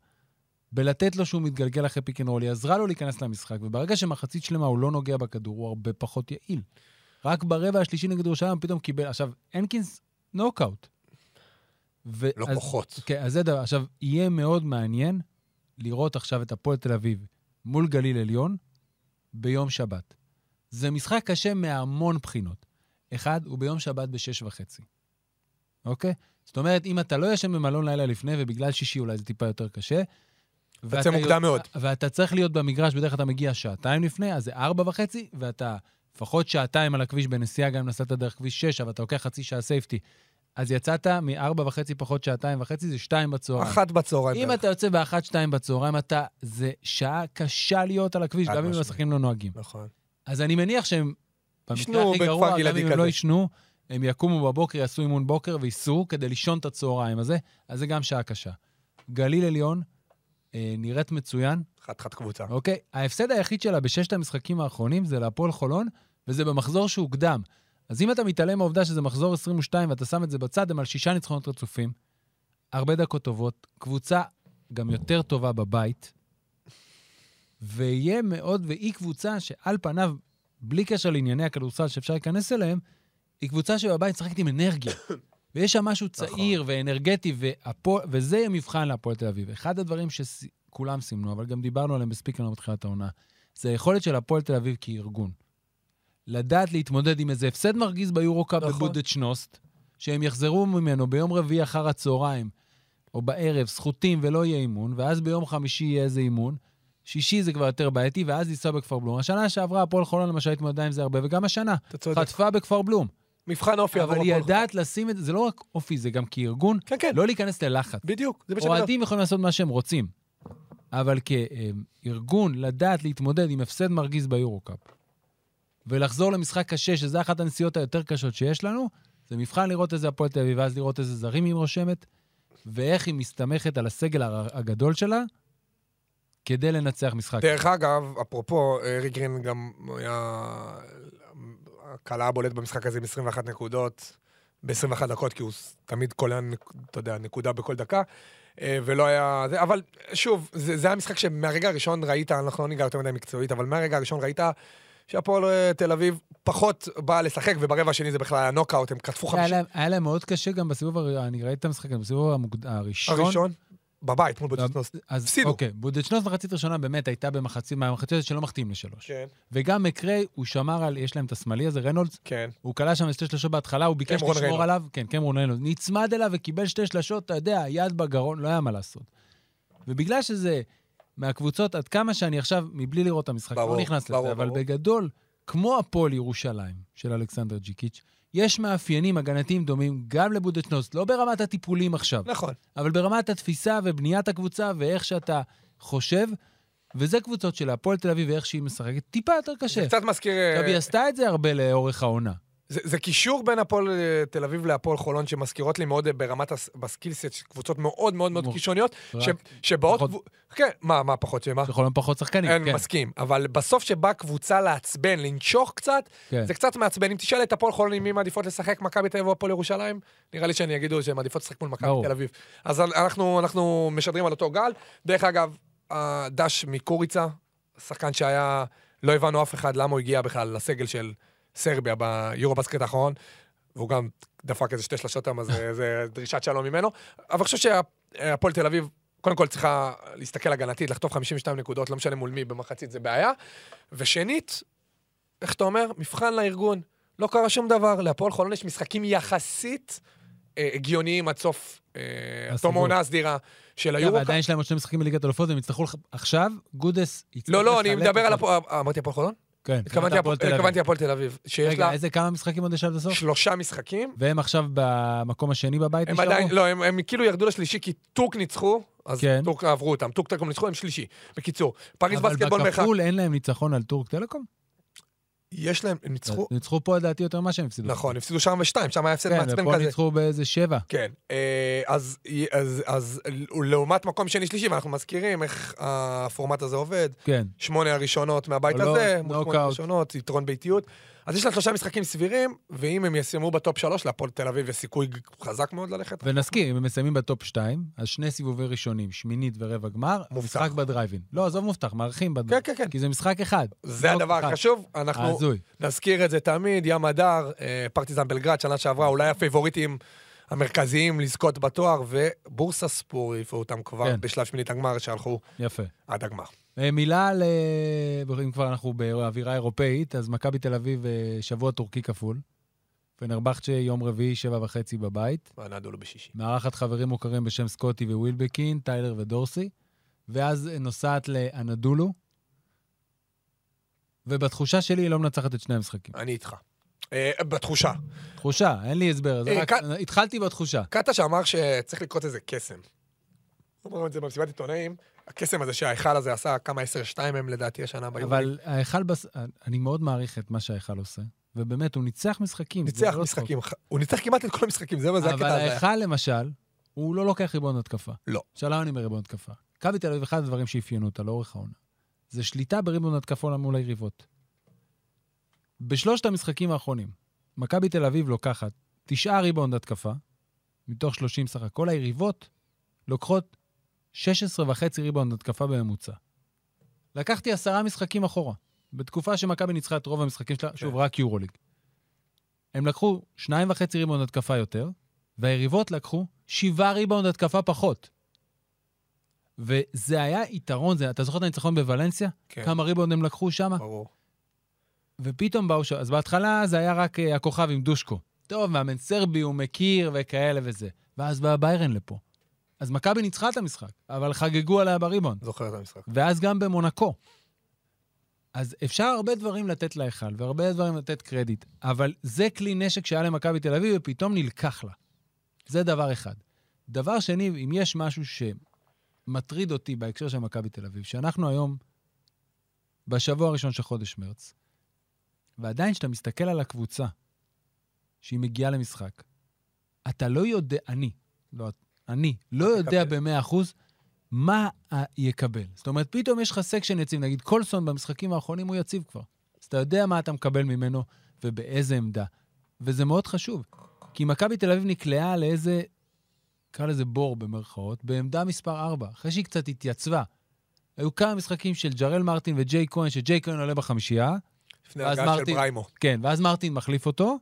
בלתת לו שהוא מתגלגל אחרי פיק אנד רול, היא עזרה לו להיכנס למשחק, וברגע שמחצית שלמה הוא לא נוגע בכדור, הוא הרבה פחות יעיל. רק ברבע השלישי נגד ירושלים פתאום קיבל... עכשיו, הנקינס נוקאוט. ו- לא אז- כוחות. כן, אז זה דבר. עכשיו, יהיה מאוד מעניין לראות עכשיו את הפועל תל אביב מול גליל עליון ביום שבת. זה משחק קשה מהמון בחינות. אחד, הוא ביום שבת בשש וחצי, אוקיי? זאת אומרת, אם אתה לא ישן במלון לילה לפני, ובגלל שישי אולי זה טיפה יותר קשה, ואתה מוקדם יודע- מאוד. ואתה צריך להיות במגרש, בדרך כלל אתה מגיע שעתיים לפני, אז זה ארבע וחצי, ואתה לפחות שעתיים על הכביש בנסיעה, גם אם נסעת דרך כביש שש, אבל אתה לוקח חצי שעה סייפטי. אז יצאת מארבע וחצי פחות שעתיים וחצי, זה שתיים בצהריים. אחת בצהריים. אם בערך. אתה יוצא באחת, שתיים בצהריים, אתה... זה שעה קשה להיות על הכביש, חד גם אם משמעית. השחקנים לא נוהגים. נכון. אז אני מניח שהם, במקרה ישנו הכי בכפר גרוע, גם גלעדי אם הם כזה. לא יישנו, הם יקומו בבוקר, יעשו אימון בוקר וייסעו כדי לישון את הצהריים הזה, אז זה גם שעה קשה. גליל עליון אה, נראית מצוין, חתיכת קבוצה. אוקיי? ההפסד היחיד שלה בששת המשחקים האחרונים זה להפועל חולון, וזה במחזור שהוקדם. אז אם אתה מתעלם מהעובדה שזה מחזור 22 ואתה שם את זה בצד, הם על שישה ניצחונות רצופים, הרבה דקות טובות, קבוצה גם יותר טובה בבית, ויהיה מאוד, והיא קבוצה שעל פניו, בלי קשר לענייני הכדורסל שאפשר להיכנס אליהם, היא קבוצה שבבית משחקת עם אנרגיה. ויש שם משהו צעיר ואנרגטי, והפוע... וזה יהיה מבחן להפועל תל אביב. אחד הדברים שכולם סימנו, אבל גם דיברנו עליהם מספיק לנו בתחילת העונה, זה היכולת של הפועל תל אביב כארגון. לדעת להתמודד עם איזה הפסד מרגיז ביורו-קאפ נכון. בבודדשנוסט, שהם יחזרו ממנו ביום רביעי אחר הצהריים, או בערב, סחוטים ולא יהיה אימון, ואז ביום חמישי יהיה איזה אימון, שישי זה כבר יותר בעייתי, ואז לנסוע בכפר בלום. השנה שעברה הפועל חולון למשל התמודדה עם זה הרבה, וגם השנה. אתה צודק. חטפה בכפר בלום. מבחן אופי עבור אבל היא הפועל. יודעת לשים את זה, זה לא רק אופי, זה גם כארגון, כן, כן. לא להיכנס ללחץ. בדיוק. זה מה שאני אומר. אוהדים יכולים לעשות מה שהם רוצים, אבל כארגון, לדעת להתמודד עם הפסד מרגיז ביורו-קאפ, ולחזור למשחק קשה, שזה אחת הנסיעות היותר קשות שיש לנו, זה מבחן לראות איזה הפועל תל אביב, ואז לראות איזה זרים היא רושמת, ואיך היא מסתמכת על הסגל הר- הגדול שלה, כדי לנצח משחק. דרך אגב, אפרופו, ארי גרין גם היה הקלה הבולט במשחק הזה עם 21 נקודות, ב-21 דקות, כי הוא ס- תמיד קולע, נק- אתה יודע, נקודה בכל דקה, אה, ולא היה... זה, אבל שוב, זה, זה היה משחק שמהרגע הראשון ראית, אנחנו לא ניגע יותר מדי מקצועית, אבל מהרגע הראשון ראית שהפועל אה, תל אביב פחות באה לשחק, וברבע השני זה בכלל היה נוקאוט, הם קטפו היה חמישה... להם- היה להם מאוד קשה גם בסיבוב, הר- אני ראיתי את המשחק, בסיבוב המוקד- הראשון, הראשון, בבית, מול בודדנוס. אז הפסידו. אוקיי, בודדשנוס מחצית ראשונה באמת הייתה במחצית, מהמחצית הזאת שלא מחטיאים לשלוש. כן, וגם מקריי, הוא שמר על, יש להם את השמאלי הזה, רנולדס, כן. הוא כלה שם שתי שלשות בהתחלה, הוא ביקש קמרון לשמור ריינולדס. עליו, כן, קמרון רנולדס, נצמד אליו וקיבל שתי שלשות, אתה יודע, יד בגרון, לא היה מה לעשות. ובגלל שזה מהקבוצות, עד כמה שאני עכשיו, מבלי לראות את המשחק, ברור, לא נכנס ברור, לזה, אבל ברור. בגדול, כמו הפועל ירושלים של אלכסנדר ג'יקיץ', יש מאפיינים הגנתיים דומים גם לבודדשנוס, לא ברמת הטיפולים עכשיו, נכון. אבל ברמת התפיסה ובניית הקבוצה ואיך שאתה חושב, וזה קבוצות של הפועל תל אביב ואיך שהיא משחקת, טיפה יותר זה קשה. קצת מזכיר... אה, עכשיו, היא עשתה את זה הרבה לאורך העונה. זה, זה קישור בין הפועל אה, תל אביב להפועל חולון, שמזכירות לי מאוד אה, ברמת, הס- בסקילסט, קבוצות מאוד מאוד מאוד מור- קישוניות, ש, רק שבאות... פחות- פחות... כן, מה, מה פחות שמה? שיכול להיות פחות שחקנים, אין, כן. מסכים. אבל בסוף שבאה קבוצה לעצבן, לנשוך קצת, כן. זה קצת מעצבן. אם תשאל את הפועל חולון עם מי מעדיפות לשחק, מכבי תל אביב או הפועל ירושלים, נראה לי שאני אגידו שהן מעדיפות לשחק מול מכבי ברור. תל אביב. אז אנ- אנחנו, אנחנו משדרים על אותו גל. דרך אגב, הדש מקוריצה, שחקן שהיה, לא הבנו אף אחד למה הוא הגיע בכלל לסגל של סרביה ביורו-בסקט האחרון, והוא גם דפק איזה שתי שלשות שם, אז זה- זה דרישת שלום ממנו. אבל אני חושב שהפועל תל אביב... קודם כל צריכה להסתכל הגנתית, לחטוף 52 נקודות, לא משנה מול מי, במחצית זה בעיה. ושנית, איך אתה אומר? מבחן לארגון. לא קרה שום דבר. להפועל חולון יש משחקים יחסית אה, הגיוניים עד סוף אה, הסיבוב. תום העונה הסדירה של אגב, היורו. עדיין כן, יש להם עוד שני משחקים בליגת אלופות, והם יצטרכו לח- עכשיו, גודס יצטרך לא, לא, אני לחלק מדבר על אותם. הפועל... אה, אמרתי הפועל חולון? כן, התכוונתי הפועל תל הפועל- אביב. התכוונתי הפועל תל אביב. שיש רגע, לה איזה כמה משחקים עוד יש עד הסוף? שלושה משחקים. והם עכשיו במקום השני בבית הם נשארו? עדיין, לא, הם, הם כאילו ירדו לשלישי כי טורק ניצחו, אז כן. טורק עברו אותם. טורק טלקום ניצחו, הם שלישי. בקיצור, פריז אבל בסקטבול מרחק. בכפול אין להם ניצחון על טורק טלקום? יש להם, הם ניצחו, ניצחו פה לדעתי יותר ממה שהם הפסידו. נכון, הפסידו שם ושתיים, שם היה הפסד אה, כן, מעצבן ופה כזה. ניצחו באיזה שבע. כן, אה, אז, אז, אז לעומת מקום שני-שלישי, ואנחנו מזכירים איך הפורמט הזה עובד, כן. שמונה הראשונות מהבית לא, הזה, מול נוקאוט. שמונה הראשונות, יתרון ביתיות. אז יש להם שלושה משחקים סבירים, ואם הם יסיימו בטופ שלוש, להפועל תל אביב יש סיכוי חזק מאוד ללכת. ונזכיר, אם הם מסיימים בטופ 2, אז שני סיבובים ראשונים, שמינית ורבע גמר, מובטח. משחק בדרייבין. לא, עזוב מובטח, מארחים כן, בדרייבין. כן, כן. כי זה משחק אחד. זה לא הדבר אחד. החשוב, אנחנו הזוי. נזכיר את זה תמיד, ים הדר, אה, פרטיזן בלגרד, שנה שעברה, אולי הפייבוריטים המרכזיים לזכות בתואר, ובורסה ספור העיפו אותם כבר כן. בשלב שמינית הגמר, שהלכו יפה. עד הגמר. אה, מילה על... אה, אם כבר אנחנו באווירה אירופאית, אז מכבי תל אביב, אה, שבוע טורקי כפול. פנרבחצ'ה, יום רביעי, שבע וחצי בבית. והנדולו בשישי. מארחת חברים מוכרים בשם סקוטי ווילבקין, טיילר ודורסי, ואז אה, נוסעת לאנדולו, ובתחושה שלי היא לא מנצחת את שני המשחקים. אני איתך. אה, בתחושה. תחושה, אין לי הסבר, זה אה, רק... כאן- התחלתי בתחושה. קטש אמר שצריך לקרות איזה קסם. הוא אמר את זה במסיבת עיתונאים, הקסם הזה שההיכל הזה עשה, כמה עשר, שתיים הם לדעתי השנה ביורוליג. אבל ההיכל, בס... אני מאוד מעריך את מה שההיכל עושה, ובאמת, הוא ניצח משחקים. זה ניצח לא צחוק. משחקים, הוא ניצח כמעט את כל המשחקים, זה מה זה אבל הקטע הזה. ההיכל, למשל, הוא לא לוקח ריבון התקפה. לא. שאלה אני מריבון התקפה. מכבי תל אביב, אחד הדברים שאפיינו אותה לאורך העונה, זה שליטה בריבון התקפה מול היריבות. בשלושת המשחקים האחרונים, מכבי תל אביב לוקחת תשעה ריבון התקפה, מתוך 30 סך הכל, היריבות לוקחות 16 וחצי ריבון התקפה בממוצע. לקחתי עשרה משחקים אחורה, בתקופה שמכבי ניצחה את רוב המשחקים שלה, שוב, רק יורוליג. הם לקחו שניים וחצי ריבון התקפה יותר, והיריבות לקחו שבעה ריבאונד התקפה פחות. וזה היה יתרון, זה, אתה זוכר את הניצחון בוולנסיה? כן. כמה ריבאונד הם לקחו שם? ברור. ופתאום באו שם. אז בהתחלה זה היה רק אה, הכוכב עם דושקו. טוב, מאמן סרבי, הוא מכיר וכאלה וזה. ואז בא ביירן לפה. אז מכבי ניצחה את המשחק, אבל חגגו עליה בריבאונד. זוכר את המשחק. ואז גם במונקו. אז אפשר הרבה דברים לתת להיכל, והרבה דברים לתת קרדיט, אבל זה כלי נשק שהיה למכבי תל אביב, ופתאום נלקח לה. זה דבר אחד. דבר שני, אם יש משהו שמטריד אותי בהקשר של מכבי תל אביב, שאנחנו היום בשבוע הראשון של חודש מרץ, ועדיין כשאתה מסתכל על הקבוצה שהיא מגיעה למשחק, אתה לא יודע, אני, לא, אני, לא יודע תקבל. במאה אחוז מה ה- יקבל. זאת אומרת, פתאום יש לך סקשן יציב, נגיד קולסון במשחקים האחרונים הוא יציב כבר. אז אתה יודע מה אתה מקבל ממנו ובאיזה עמדה. וזה מאוד חשוב, כי מכבי תל אביב נקלעה לאיזה, נקרא לזה בור במרכאות, בעמדה מספר 4, אחרי שהיא קצת התייצבה. היו כמה משחקים של ג'רל מרטין וג'יי כהן, שג'יי כהן עולה בחמישייה, לפני ואז הרגעה של מרטין- בריימו. כן, ואז מרטין מחליף אותו,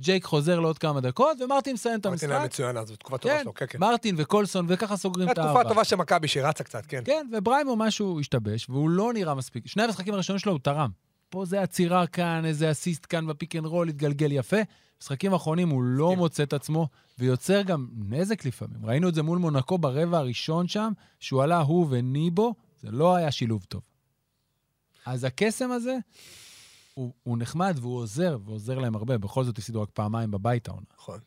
ג'ייק חוזר לעוד כמה דקות, ומרטין מסיים את מרטין היה המשחק. מצוין אז, בתקופה טובה כן, שלו, כן, כן. מרטין וקולסון, וככה סוגרים את הייתה הארבע. תקופה טובה של מכבי שרצה קצת, כן. כן, ובריימו משהו השתבש, והוא לא נראה מספיק. שני המשחקים הראשונים שלו הוא תרם. פה זה עצירה כאן, איזה אסיסט כאן בפיק אנד רול, התגלגל יפה. משחקים האחרונים הוא לא מסכים. מוצא את עצמו, ויוצר גם נזק לפעמים. ראינו את זה מול מונקו ברבע הראשון שם, שהוא עלה הוא וניבו, זה לא היה שילוב טוב. אז הקסם הזה, הוא, הוא נחמד והוא עוזר, ועוזר להם הרבה. בכל זאת הפסידו רק פעמיים בבית העונה. נכון.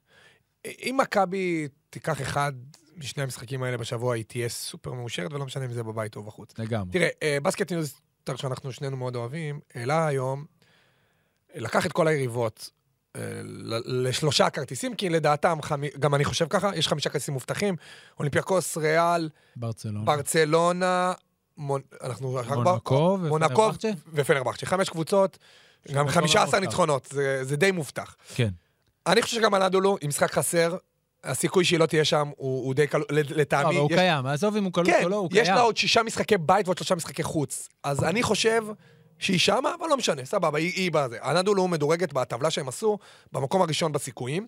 אם מכבי תיקח אחד משני המשחקים האלה בשבוע, היא תהיה סופר מאושרת, ולא משנה אם זה בבית או בחוץ. לגמרי. תראה, אה, בסקט ניוז, טוב, שאנחנו שנינו מאוד אוהבים, העלה היום, לקח את כל היריבות אה, ל- לשלושה כרטיסים, כי לדעתם, חמי- גם אני חושב ככה, יש חמישה כרטיסים מובטחים, אולימפיאקוס, ריאל, ברצלונה. ברצלונה, מון- אנחנו... רק ב- נכון. מונקו מונקו ופנרבחצ'ה? ופנרבחצ'ה, חמש קבוצות, גם לא 15 מובטח. ניצחונות, זה- זה די מובטח. כן. אני חושב שגם הנדולו, עם משחק חסר, הסיכוי שהיא לא תהיה שם הוא הוא די קל... לא, אבל לטעמי, הוא יש קיים, עזוב אם הוא קלוט כן, או לא, הוא קיים. יש לה עוד שישה משחקי בית ועוד שלושה משחקי חוץ. אז אני חושב שהיא שמה, אבל לא משנה, סבבה, היא, היא בזה. הנדולו מדורגת בטבלה שהם עשו, במקום הראשון בסיכויים.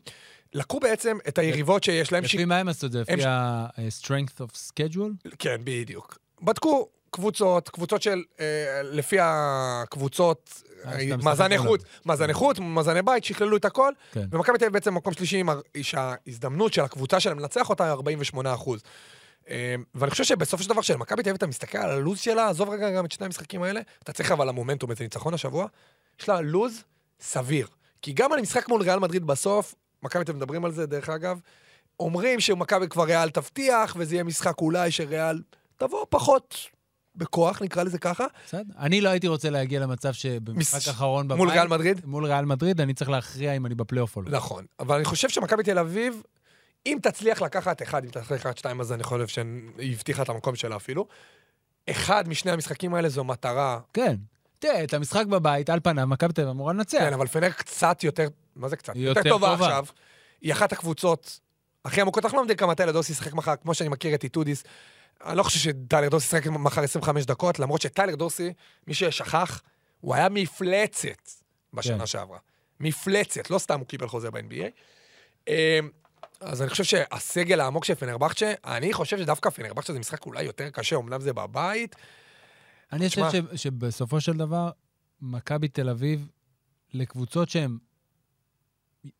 לקחו בעצם את היריבות שיש להם... ש... לפי מה הם עשו את זה? הם ש- לפי ה-strength of schedule? כן, בדיוק. בדקו קבוצות, קבוצות של... אה, לפי הקבוצות, אה, אה, שאתה מסתכל מאזן עליו. איכות, מאזן איכות, מאזני בית, שכללו את הכל. כן. ומכבי תל אביב בעצם במקום שלישי, עם הר- שההזדמנות של הקבוצה שלהם לנצח אותה היא 48 אחוז. אמ, ואני חושב שבסופו של דבר, כשמכבי תל אביב אתה מסתכל על הלוז שלה, עזוב רגע גם את שני המשחקים האלה, אתה צריך אבל המומנטום, איזה ניצחון השבוע, יש לה לוז סביר. כי גם על משחק מול ריאל מדריד בסוף, מכבי תל אביב מדברים על זה, דרך אגב, אומרים שמכבי כבר ריאל תבטיח, וזה יהיה משחק אולי שריאל תבוא פחות בכוח, נקרא לזה ככה, בסדר. אני לא הייתי רוצה להגיע למצב שבמשחק מס- האחרון בבית... מול ריאל מדריד. מול ריאל מדריד, אני צריך להכריע אם אני בפלייאוף או לא. נכון, אבל אני חושב שמכבי תל אביב, אם תצליח לקחת אחד, אם תצליח לקחת שתיים, אז אני חושב שהיא הבטיחה את המקום שלה אפילו. אחד משני המשחקים האלה זו מטרה. כן. תראה, את המשחק בבית, על פניו, מכבי תל אביב אמורה לנצח. כן, אבל פנר קצת יותר, מה זה קצת? היא יותר יותר טובה טובה. עכשיו. היא אחת הקבוצות הכי עמוקות, אנחנו לא יודעים כמה טיילר דוס ישחק מחר, כמו שאני מכיר את איטודיס. אני לא חושב שטיילר דוס ישחק מחר 25 דקות, למרות שטיילר דוסי, מי ששכח, הוא היה מפלצת בשנה כן. שעברה. מפלצת, לא סתם הוא קיבל חוזה ב-NBA. אמ, אז אני חושב שהסגל העמוק של פנרבכצ'ה, אני חושב שדווקא פנרבכצ'ה זה משחק אולי יותר קשה, אמנם זה בבית. אני חושב תשמע. ש- שבסופו של דבר, מכבי תל אביב, לקבוצות שהן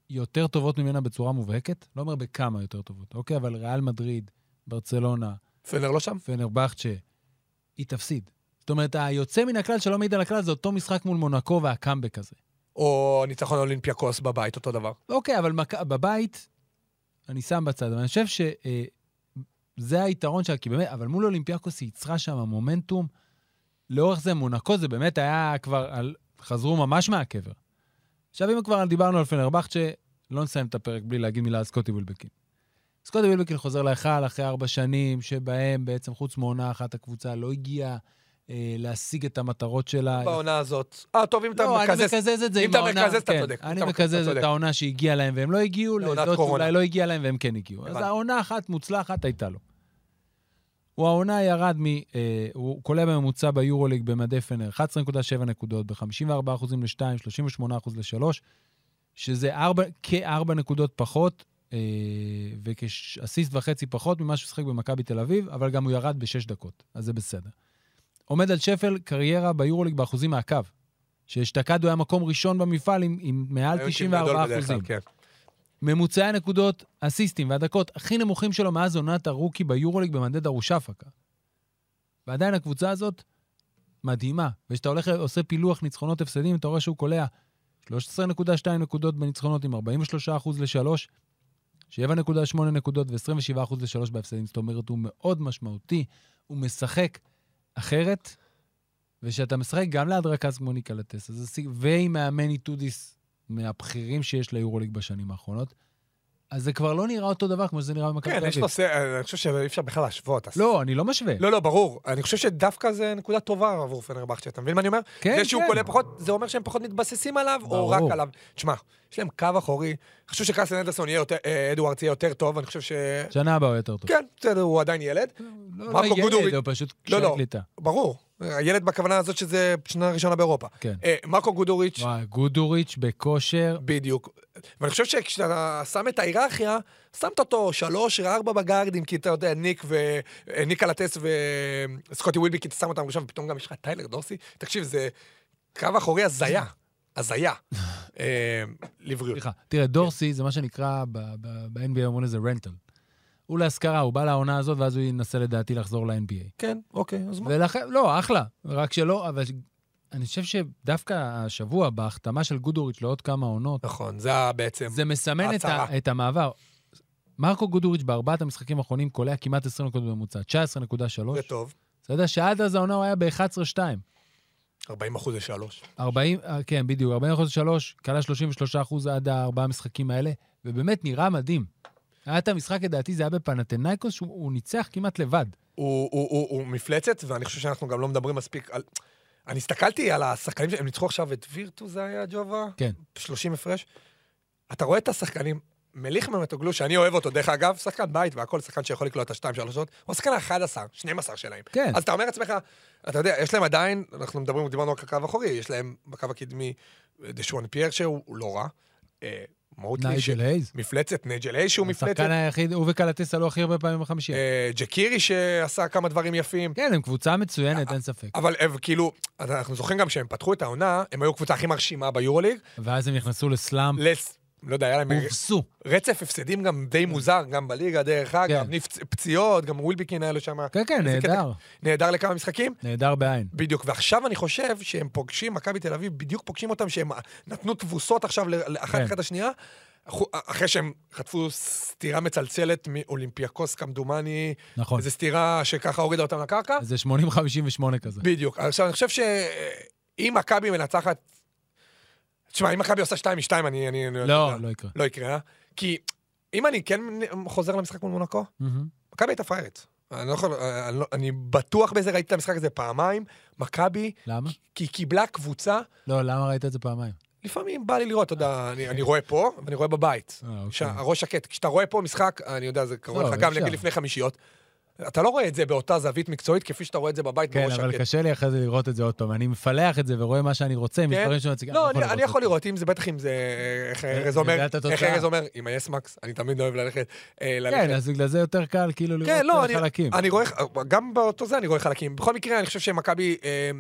יותר טובות ממנה בצורה מובהקת, לא אומר בכמה יותר טובות, אוקיי? אבל ריאל מדריד, ברצלונה, פנר לא שם? פנרבכצ'ה, היא תפסיד. זאת אומרת, היוצא מן הכלל שלא מעיד על הכלל זה אותו משחק מול מונקו והקאמבק הזה. או ניצחון אולימפיאקוס בבית, אותו דבר. אוקיי, אבל מק... בבית, אני שם בצד, אבל אני חושב שזה אה, זה היתרון שלה, כי באמת, אבל מול אולימפיאקוס היא יצרה שם מומנטום. לאורך זה מונקו זה באמת היה כבר, על... חזרו ממש מהקבר. עכשיו, אם כבר דיברנו על פנרבכצ'ה, לא נסיים את הפרק בלי להגיד מילה על סקוטי וילבקין. סקוטי וילבקין חוזר להיכל אחרי ארבע שנים, שבהם בעצם חוץ מעונה אחת הקבוצה לא הגיעה אה, להשיג את המטרות שלה. בעונה הזאת. אה, טוב, אם אתה לא, אני מקזז... מקזז את זה אם עם אתה העונה. מקזז, אתה כן. צודק. אם אני אתה מקזז, מקזז אתה את צודק. העונה שהגיעה להם והם לא הגיעו, לעונת לאשדוד קורונה. אולי לא הגיעה להם והם כן הגיעו. אז הבנתי. העונה אחת מוצלחת הייתה לו. הוא העונה ירד מ... אה, הוא כולל בממוצע ביורוליג במדי פנר 11.7 נקודות, ב-54% ל-2, 38% ל-3, שזה ארבע- כארבע נקודות פחות אה, וכאסיסט וחצי פחות ממה שהוא שיחק במכבי תל אביב, אבל גם הוא ירד בשש דקות, אז זה בסדר. עומד על שפל קריירה ביורוליג באחוזים מהקו. שאשתקד הוא היה מקום ראשון במפעל עם, עם מעל היו שם 94 גדול בדרך כלל, אחוזים. כן. ממוצעי הנקודות, אסיסטים והדקות הכי נמוכים שלו מאז עונת הרוקי ביורוליג במדד ארושפקה. ועדיין הקבוצה הזאת מדהימה. וכשאתה הולך, עושה פילוח ניצחונות הפסדים, אתה רואה שהוא קולע 13.2 נקודות בניצחונות עם 43% ל-3, 7.8 נקודות ו-27% ל-3 בהפסדים. זאת אומרת, הוא מאוד משמעותי, הוא משחק אחרת, וכשאתה משחק גם ליד רכז כמו ניקלטס, אז זה סי- ועם מאמן איטודיס מהבכירים שיש ליורוליג בשנים האחרונות, אז זה כבר לא נראה אותו דבר כמו שזה נראה במכבי כן, תל יש אביב. לו... ס- אני חושב שאי אפשר בכלל להשוות. אז- לא, אני לא משווה. לא, לא, ברור. אני חושב שדווקא זה נקודה טובה עבור פנרבכצ'ה, אתה מבין מה אני אומר? כן, זה שהוא כן. קולע פחות, זה אומר שהם פחות מתבססים עליו, או ברור. רק עליו. תשמע, יש להם קו אחורי, חשוב שקאסן אדרסון יהיה יותר, אה, אדוארדס יהיה יותר טוב, אני חושב ש... שנה הבאה הוא יותר טוב. כן, בסדר, הוא עדיין ילד. לא, לא מרקו ילד, גודוביץ'. הוא פשוט לא, קשיי לא, קליטה. ברור. הילד בכוונה הזאת שזה שנה ראשונה באירופה. כן. אה, מרקו גודוריץ', וואי, גודוריץ' בכושר. בדיוק. ואני חושב שכשאתה שם את ההיררכיה, שמת אותו שלוש או ארבע בגארדים, כי אתה יודע, ניק ו... אה, ניק על הטס וסקוטי ווילבי, כי אתה שם אותם ראשון, ופתאום גם יש לך את טיילר דורסי. תקשיב, זה קו אחורי הזיה. הזיה. אה, לבריאות. סליחה, תראה, דורסי זה מה שנקרא, ב- ב- ב-NBA אומרים לזה רנטל. הוא להשכרה, הוא בא לעונה הזאת, ואז הוא ינסה לדעתי לחזור ל-NBA. כן, אוקיי, אז מה? ולכן, לא, אחלה, רק שלא, אבל ש- אני חושב שדווקא השבוע, בהחתמה של גודוריץ' לעוד כמה עונות, נכון, זה ה- בעצם... זה מסמן את, ה- ההצהרה. את המעבר. מרקו גודוריץ' בארבעת המשחקים האחרונים קולע כמעט 20 נקודות בממוצע, 19.3. זה טוב. אתה יודע שעד אז העונה הוא היה ב-11.2. 40 אחוז לשלוש. 40, אה, כן, בדיוק, 40 אחוז שלוש, כלה 33 אחוז עד הארבעה המשחקים האלה, ובאמת נראה מדהים. היה את המשחק, לדעתי, זה היה בפנתנייקוס, שהוא הוא ניצח כמעט לבד. הוא, הוא, הוא, הוא מפלצת, ואני חושב שאנחנו גם לא מדברים מספיק על... אני הסתכלתי על השחקנים, ש- הם ניצחו עכשיו את וירטו, זה היה ג'ובה? כן. 30 הפרש. אתה רואה את השחקנים, מליך ממטוגלו, שאני אוהב אותו, דרך אגב, שחקן בית והכל, שחקן שיכול לקלוע את השתיים, שלוש שעות, הוא השחקן ה-11, 12 שלהם. כן. אז אתה אומר לעצמך, אתה יודע, יש להם עדיין, אנחנו מדברים, דיברנו רק על הקו האחורי, יש להם בקו הקדמי אה, דשואן פייר, שהוא הוא לא רע. אה, מוטלי, נייג'ל הייז. מפלצת, נייג'ל איי שהוא מפלצת. השחקן היחיד, הוא וקלטס עלו הכי הרבה פעמים בחמישייה. אה, ג'קירי שעשה כמה דברים יפים. כן, הם קבוצה מצוינת, אה, אין ספק. אבל הם כאילו, אז אנחנו זוכרים גם שהם פתחו את העונה, הם היו הקבוצה הכי מרשימה ביורוליג. ואז הם נכנסו לסלאם, לס... לא יודע, היה להם הובסו. רצף הפסדים גם די מוזר, גם בליגה, דרך אגב, כן. נפצ... פציעות, גם ווילביקין היה לו שם כן, כן, איזה קטע. נהדר. נהדר לכמה משחקים. נהדר בעין. בדיוק, ועכשיו אני חושב שהם פוגשים, מכבי תל אביב, בדיוק פוגשים אותם, שהם נתנו אה, תבוסות עכשיו ל- לאחת כן. אחת השנייה. אחו- אה, אחרי שהם חטפו סטירה מצלצלת מאולימפיאקוס כמדומני, נכון. איזו סטירה שככה הורידה אותם לקרקע. זה 80-58 כזה. בדיוק. עכשיו, אני חושב שאם מכבי מנצחת... תשמע, אם מכבי עושה 2 מ-2, אני... אני- אני- לא, לא יקרה. לא יקרה, אה? כי אם אני כן חוזר למשחק מול מונקו, מהמם. מכבי הייתה פראיירית. אני, לא יכול, אני, לא, אני בטוח בזה, ראיתי את המשחק הזה פעמיים. מכבי, למה? כי היא קיבלה קבוצה, לא, למה ראית את זה פעמיים? לפעמים בא לי לראות, אתה יודע, אני, אני רואה פה, ואני רואה בבית. אה, אוקיי. שהראש שקט, כשאתה רואה פה משחק, אני יודע, זה קרוב לא, לך גם אפשר. נגיד לפני חמישיות. אתה לא רואה את זה באותה זווית מקצועית כפי שאתה רואה את זה בבית כן, בראש אבל שקט. קשה לי אחרי זה לראות את זה עוד פעם. אני מפלח את זה ורואה מה שאני רוצה, מספרים שאני מציג. לא, אני- אני יכול לראות. אה, לראות, אם זה בטח אם זה... איך אני ארז אומר, יודע את התוצאה. איך ארז אומר, עם היסמקס, אני תמיד אוהב ללכת. את אה, זה. ללכת- כן, אז בגלל זה יותר קל כאילו לראות כן, את לא, אני, החלקים. אני רואה, גם באותו זה אני רואה חלקים. בכל מקרה, אני חושב שמכבי, אה,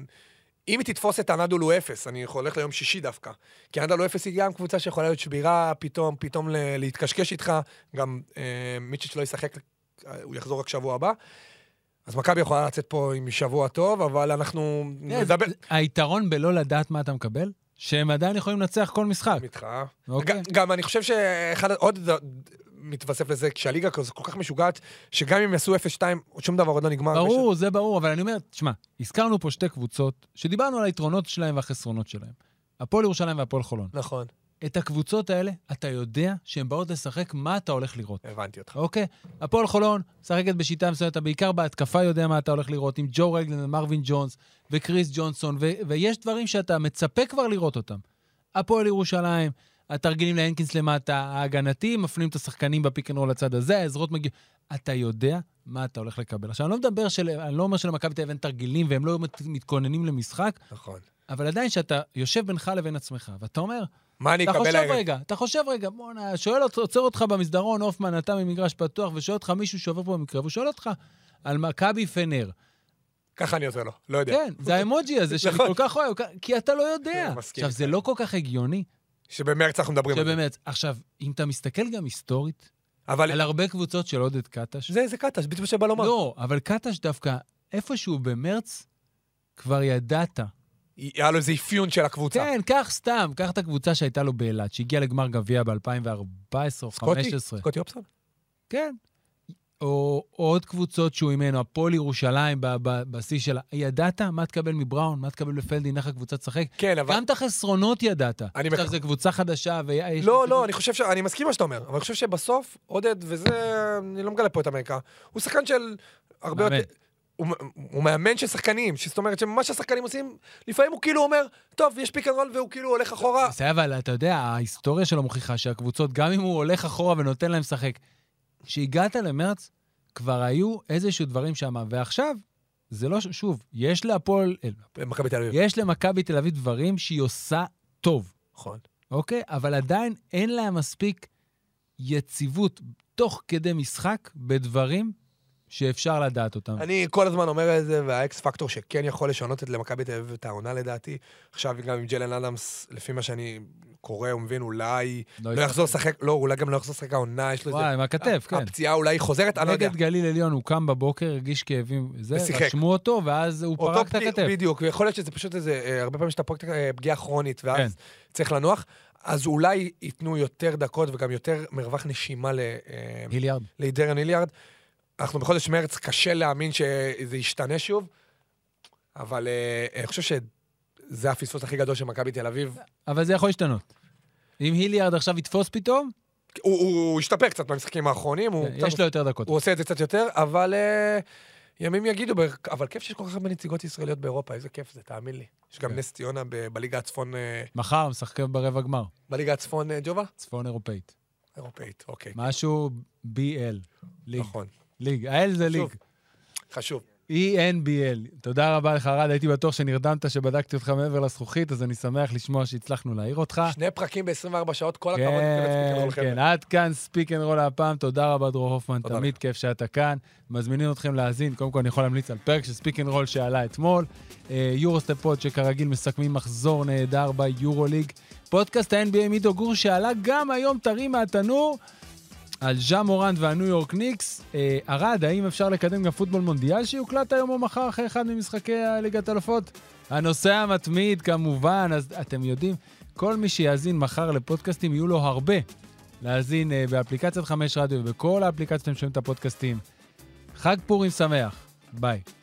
אם היא תתפוס את הנדולו אפס, אני הולך ליום שישי דווקא. כי הנדולו אפס היא גם קבוצה שיכולה להיות שבירה, פתאום, פתאום ל- להתקשקש איתך, גם אה, מיצ'יץ' לא ישחק, אה, הוא יחזור רק שבוע הבא. אז מכבי יכולה לצאת פה עם שבוע טוב, אבל אנחנו כן, נדבר... זה- היתרון בלא לדעת מה אתה מקבל, שהם עדיין יכולים לנצח כל משחק. איתך. אוקיי. ג- גם אני חושב שאחד, עוד ד- מתווסף לזה, כשהליגה כל כל כך משוגעת, שגם אם יעשו 0-2, שום דבר עוד לא נגמר. ברור, זה ברור, אבל אני אומר, תשמע, הזכרנו פה שתי קבוצות שדיברנו על היתרונות שלהם והחסרונות שלהם. הפועל ירושלים והפועל חולון. וש- נכון, את הקבוצות האלה, אתה יודע שהן באות לשחק מה אתה הולך לראות. הבנתי אותך. אוקיי? הפועל חולון משחקת בשיטה מסוימת, אתה בעיקר בהתקפה יודע מה אתה הולך לראות, עם ג'ו רגלן ומרווין ג'ונס וקריס ג'ונסון, ו- ויש דברים שאתה מצפה כבר לראות אותם. הפועל ירושלים, התרגילים להנקינס למטה, ההגנתי, מפנים את השחקנים בפיק אנד רול לצד הזה, העזרות מגיעות. אתה יודע מה אתה הולך לקבל. עכשיו, אני לא מדבר של... אני לא אומר שלמכבי תל אביב אין תרגילים והם לא מת- מתכוננים למשחק, נכון. אבל עדיין שאתה יושב בינך לבין עצמך, ואתה אומר, מה אני אתה אקבל חושב הערב? רגע, אתה חושב רגע, בואנה, שואל, אות- עוצר אותך במסדרון, הופמן, אתה ממגרש פתוח, ושואל אותך מישהו שעובר פה במקרה, והוא שואל אותך על מכבי פנר. ככה אני עוזר לו, לא יודע. כן, זה האמוג'י הזה שאני נכון. כל כך אוהב, כי אתה לא יודע. אני מסכים עכשיו, זה לא כל כך הגיוני, שבמרץ אנחנו מדברים על זה. שבאמת, עכשיו, אם אתה מסתכל גם היסטורית, אבל על הרבה קבוצות של עודד קטש, זה איזה קטש, בדיוק מה שבא לומר. לא, אבל קטש דווקא איפשהו במרץ, כבר ידעת. היה לו איזה אפיון של הקבוצה. כן, קח סתם, קח את הקבוצה שהייתה לו באילת, שהגיעה לגמר גביע ב-2014 או סקוטי? 2015. סקוטי אופסון? כן. או או עוד קבוצות שהוא אימן, או הפועל ירושלים ב- ב- בשיא שלה. ידעת מה תקבל מבראון, מה תקבל בפלדין, איך הקבוצה תשחק? כן, אבל... גם את החסרונות ידעת. אני עכשיו מק- זו קבוצה חדשה, ויש... לא, לא, אני חושב ש... אני מסכים מה שאתה אומר, אבל אני חושב שבסוף, עודד, וזה... אני לא מגלה פה את אמריקה, הוא שחקן של הרבה מאמן. יותר... הוא מ- הוא מאמן של שחקנים, זאת אומרת שמה שהשחקנים עושים, לפעמים הוא כאילו אומר, טוב, יש פיק אנד רול, והוא כאילו הולך אחורה. זה אבל, אתה יודע, ההיסטוריה שלו מוכיחה שהקבוצות, גם אם הוא הולך אחורה ונותן להם לשחק, כשהגעת למרץ, כבר היו איזשהו דברים שם, ועכשיו, זה לא... ש- שוב, יש להפועל... אה, מכבי תל אביב. יש למכבי תל אביב דברים שהיא עושה טוב. נכון. אוקיי? אבל עדיין אין להם מספיק יציבות תוך כדי משחק בדברים שאפשר לדעת אותם. אני כל הזמן אומר את זה, והאקס פקטור שכן יכול לשנות את למכבי תל אביב את העונה לדעתי, עכשיו גם עם ג'לן אדמס, לפי מה שאני קורא ומבין, אולי לא יחזור לשחק, לא, אולי גם לא יחזור לשחק העונה, יש לו איזה... וואי, עם הכתף, כן. הפציעה אולי חוזרת, אה, אני לא יודע. נגד גליל עליון הוא קם בבוקר, הרגיש כאבים, זה, ושיחק. רשמו אותו, ואז הוא אותו פרק את פציע- הכתף. בדיוק, יכול להיות שזה פשוט איזה, אה, הרבה פעמים שאתה פרק אה, פגיעה כרונית, כן. ואז צריך לנוח, אז אולי ייתנו יותר דקות וגם יותר מרווח נשימה ל- אה, היליארד. לידרן היליארד. אנחנו בחודש מרץ, קשה להאמין שזה ישתנה שוב, אבל אה, אני חושב שזה הפספוס הכי גדול של מכבי תל אביב. אבל זה יכול להשתנות. אם היליארד עכשיו יתפוס פתאום, הוא- הוא הוא השתפר קצת במשחקים האחרונים, הוא כן, קצת- יש לו יותר דקות. הוא עושה את זה קצת יותר, אבל אה, ימים יגידו, ב- אבל כיף שיש כל כך הרבה נציגות ישראליות באירופה, איזה כיף זה, תאמין לי. יש גם כן. נס ציונה ב- בליגה הצפון, אה, מחר משחק ברבע גמר, בליגה הצפון אה, ג'ובה? צפון אירופאית. אירופאית, אוקיי. משהו BL. ליג. נכון, ליג. ה-L זה ליג. שוב. חשוב. E ENBL. תודה רבה לך, רד. הייתי בטוח שנרדמת שבדקתי אותך מעבר לזכוכית, אז אני שמח לשמוע שהצלחנו להעיר אותך. שני פרקים ב-24 שעות, כל הכבוד. לפרק כן, הולכם. כן, עד כאן ספיק אנד רול הפעם. תודה רבה, דרור הופמן, תודה תמיד לך. כיף שאתה כאן. מזמינים אתכם להאזין, קודם כל אני יכול להמליץ על פרק של ספיק אנד רול שעלה אתמול. אה, יורוסטפוד, שכרגיל מסכמים מחזור נהדר ביורוליג. פודקאסט ה-NBA מידו גור שעלה גם היום טרי מהתנור. על ז'ה מורנד והניו יורק ניקס. אה, ערד, האם אפשר לקדם גם פוטבול מונדיאל שיוקלט היום או מחר אחרי אחד ממשחקי הליגת אלופות? הנושא המתמיד, כמובן, אז אתם יודעים, כל מי שיאזין מחר לפודקאסטים, יהיו לו הרבה. להאזין אה, באפליקציית חמש רדיו ובכל האפליקציות שאתם שומעים את הפודקאסטים. חג פורים שמח. ביי.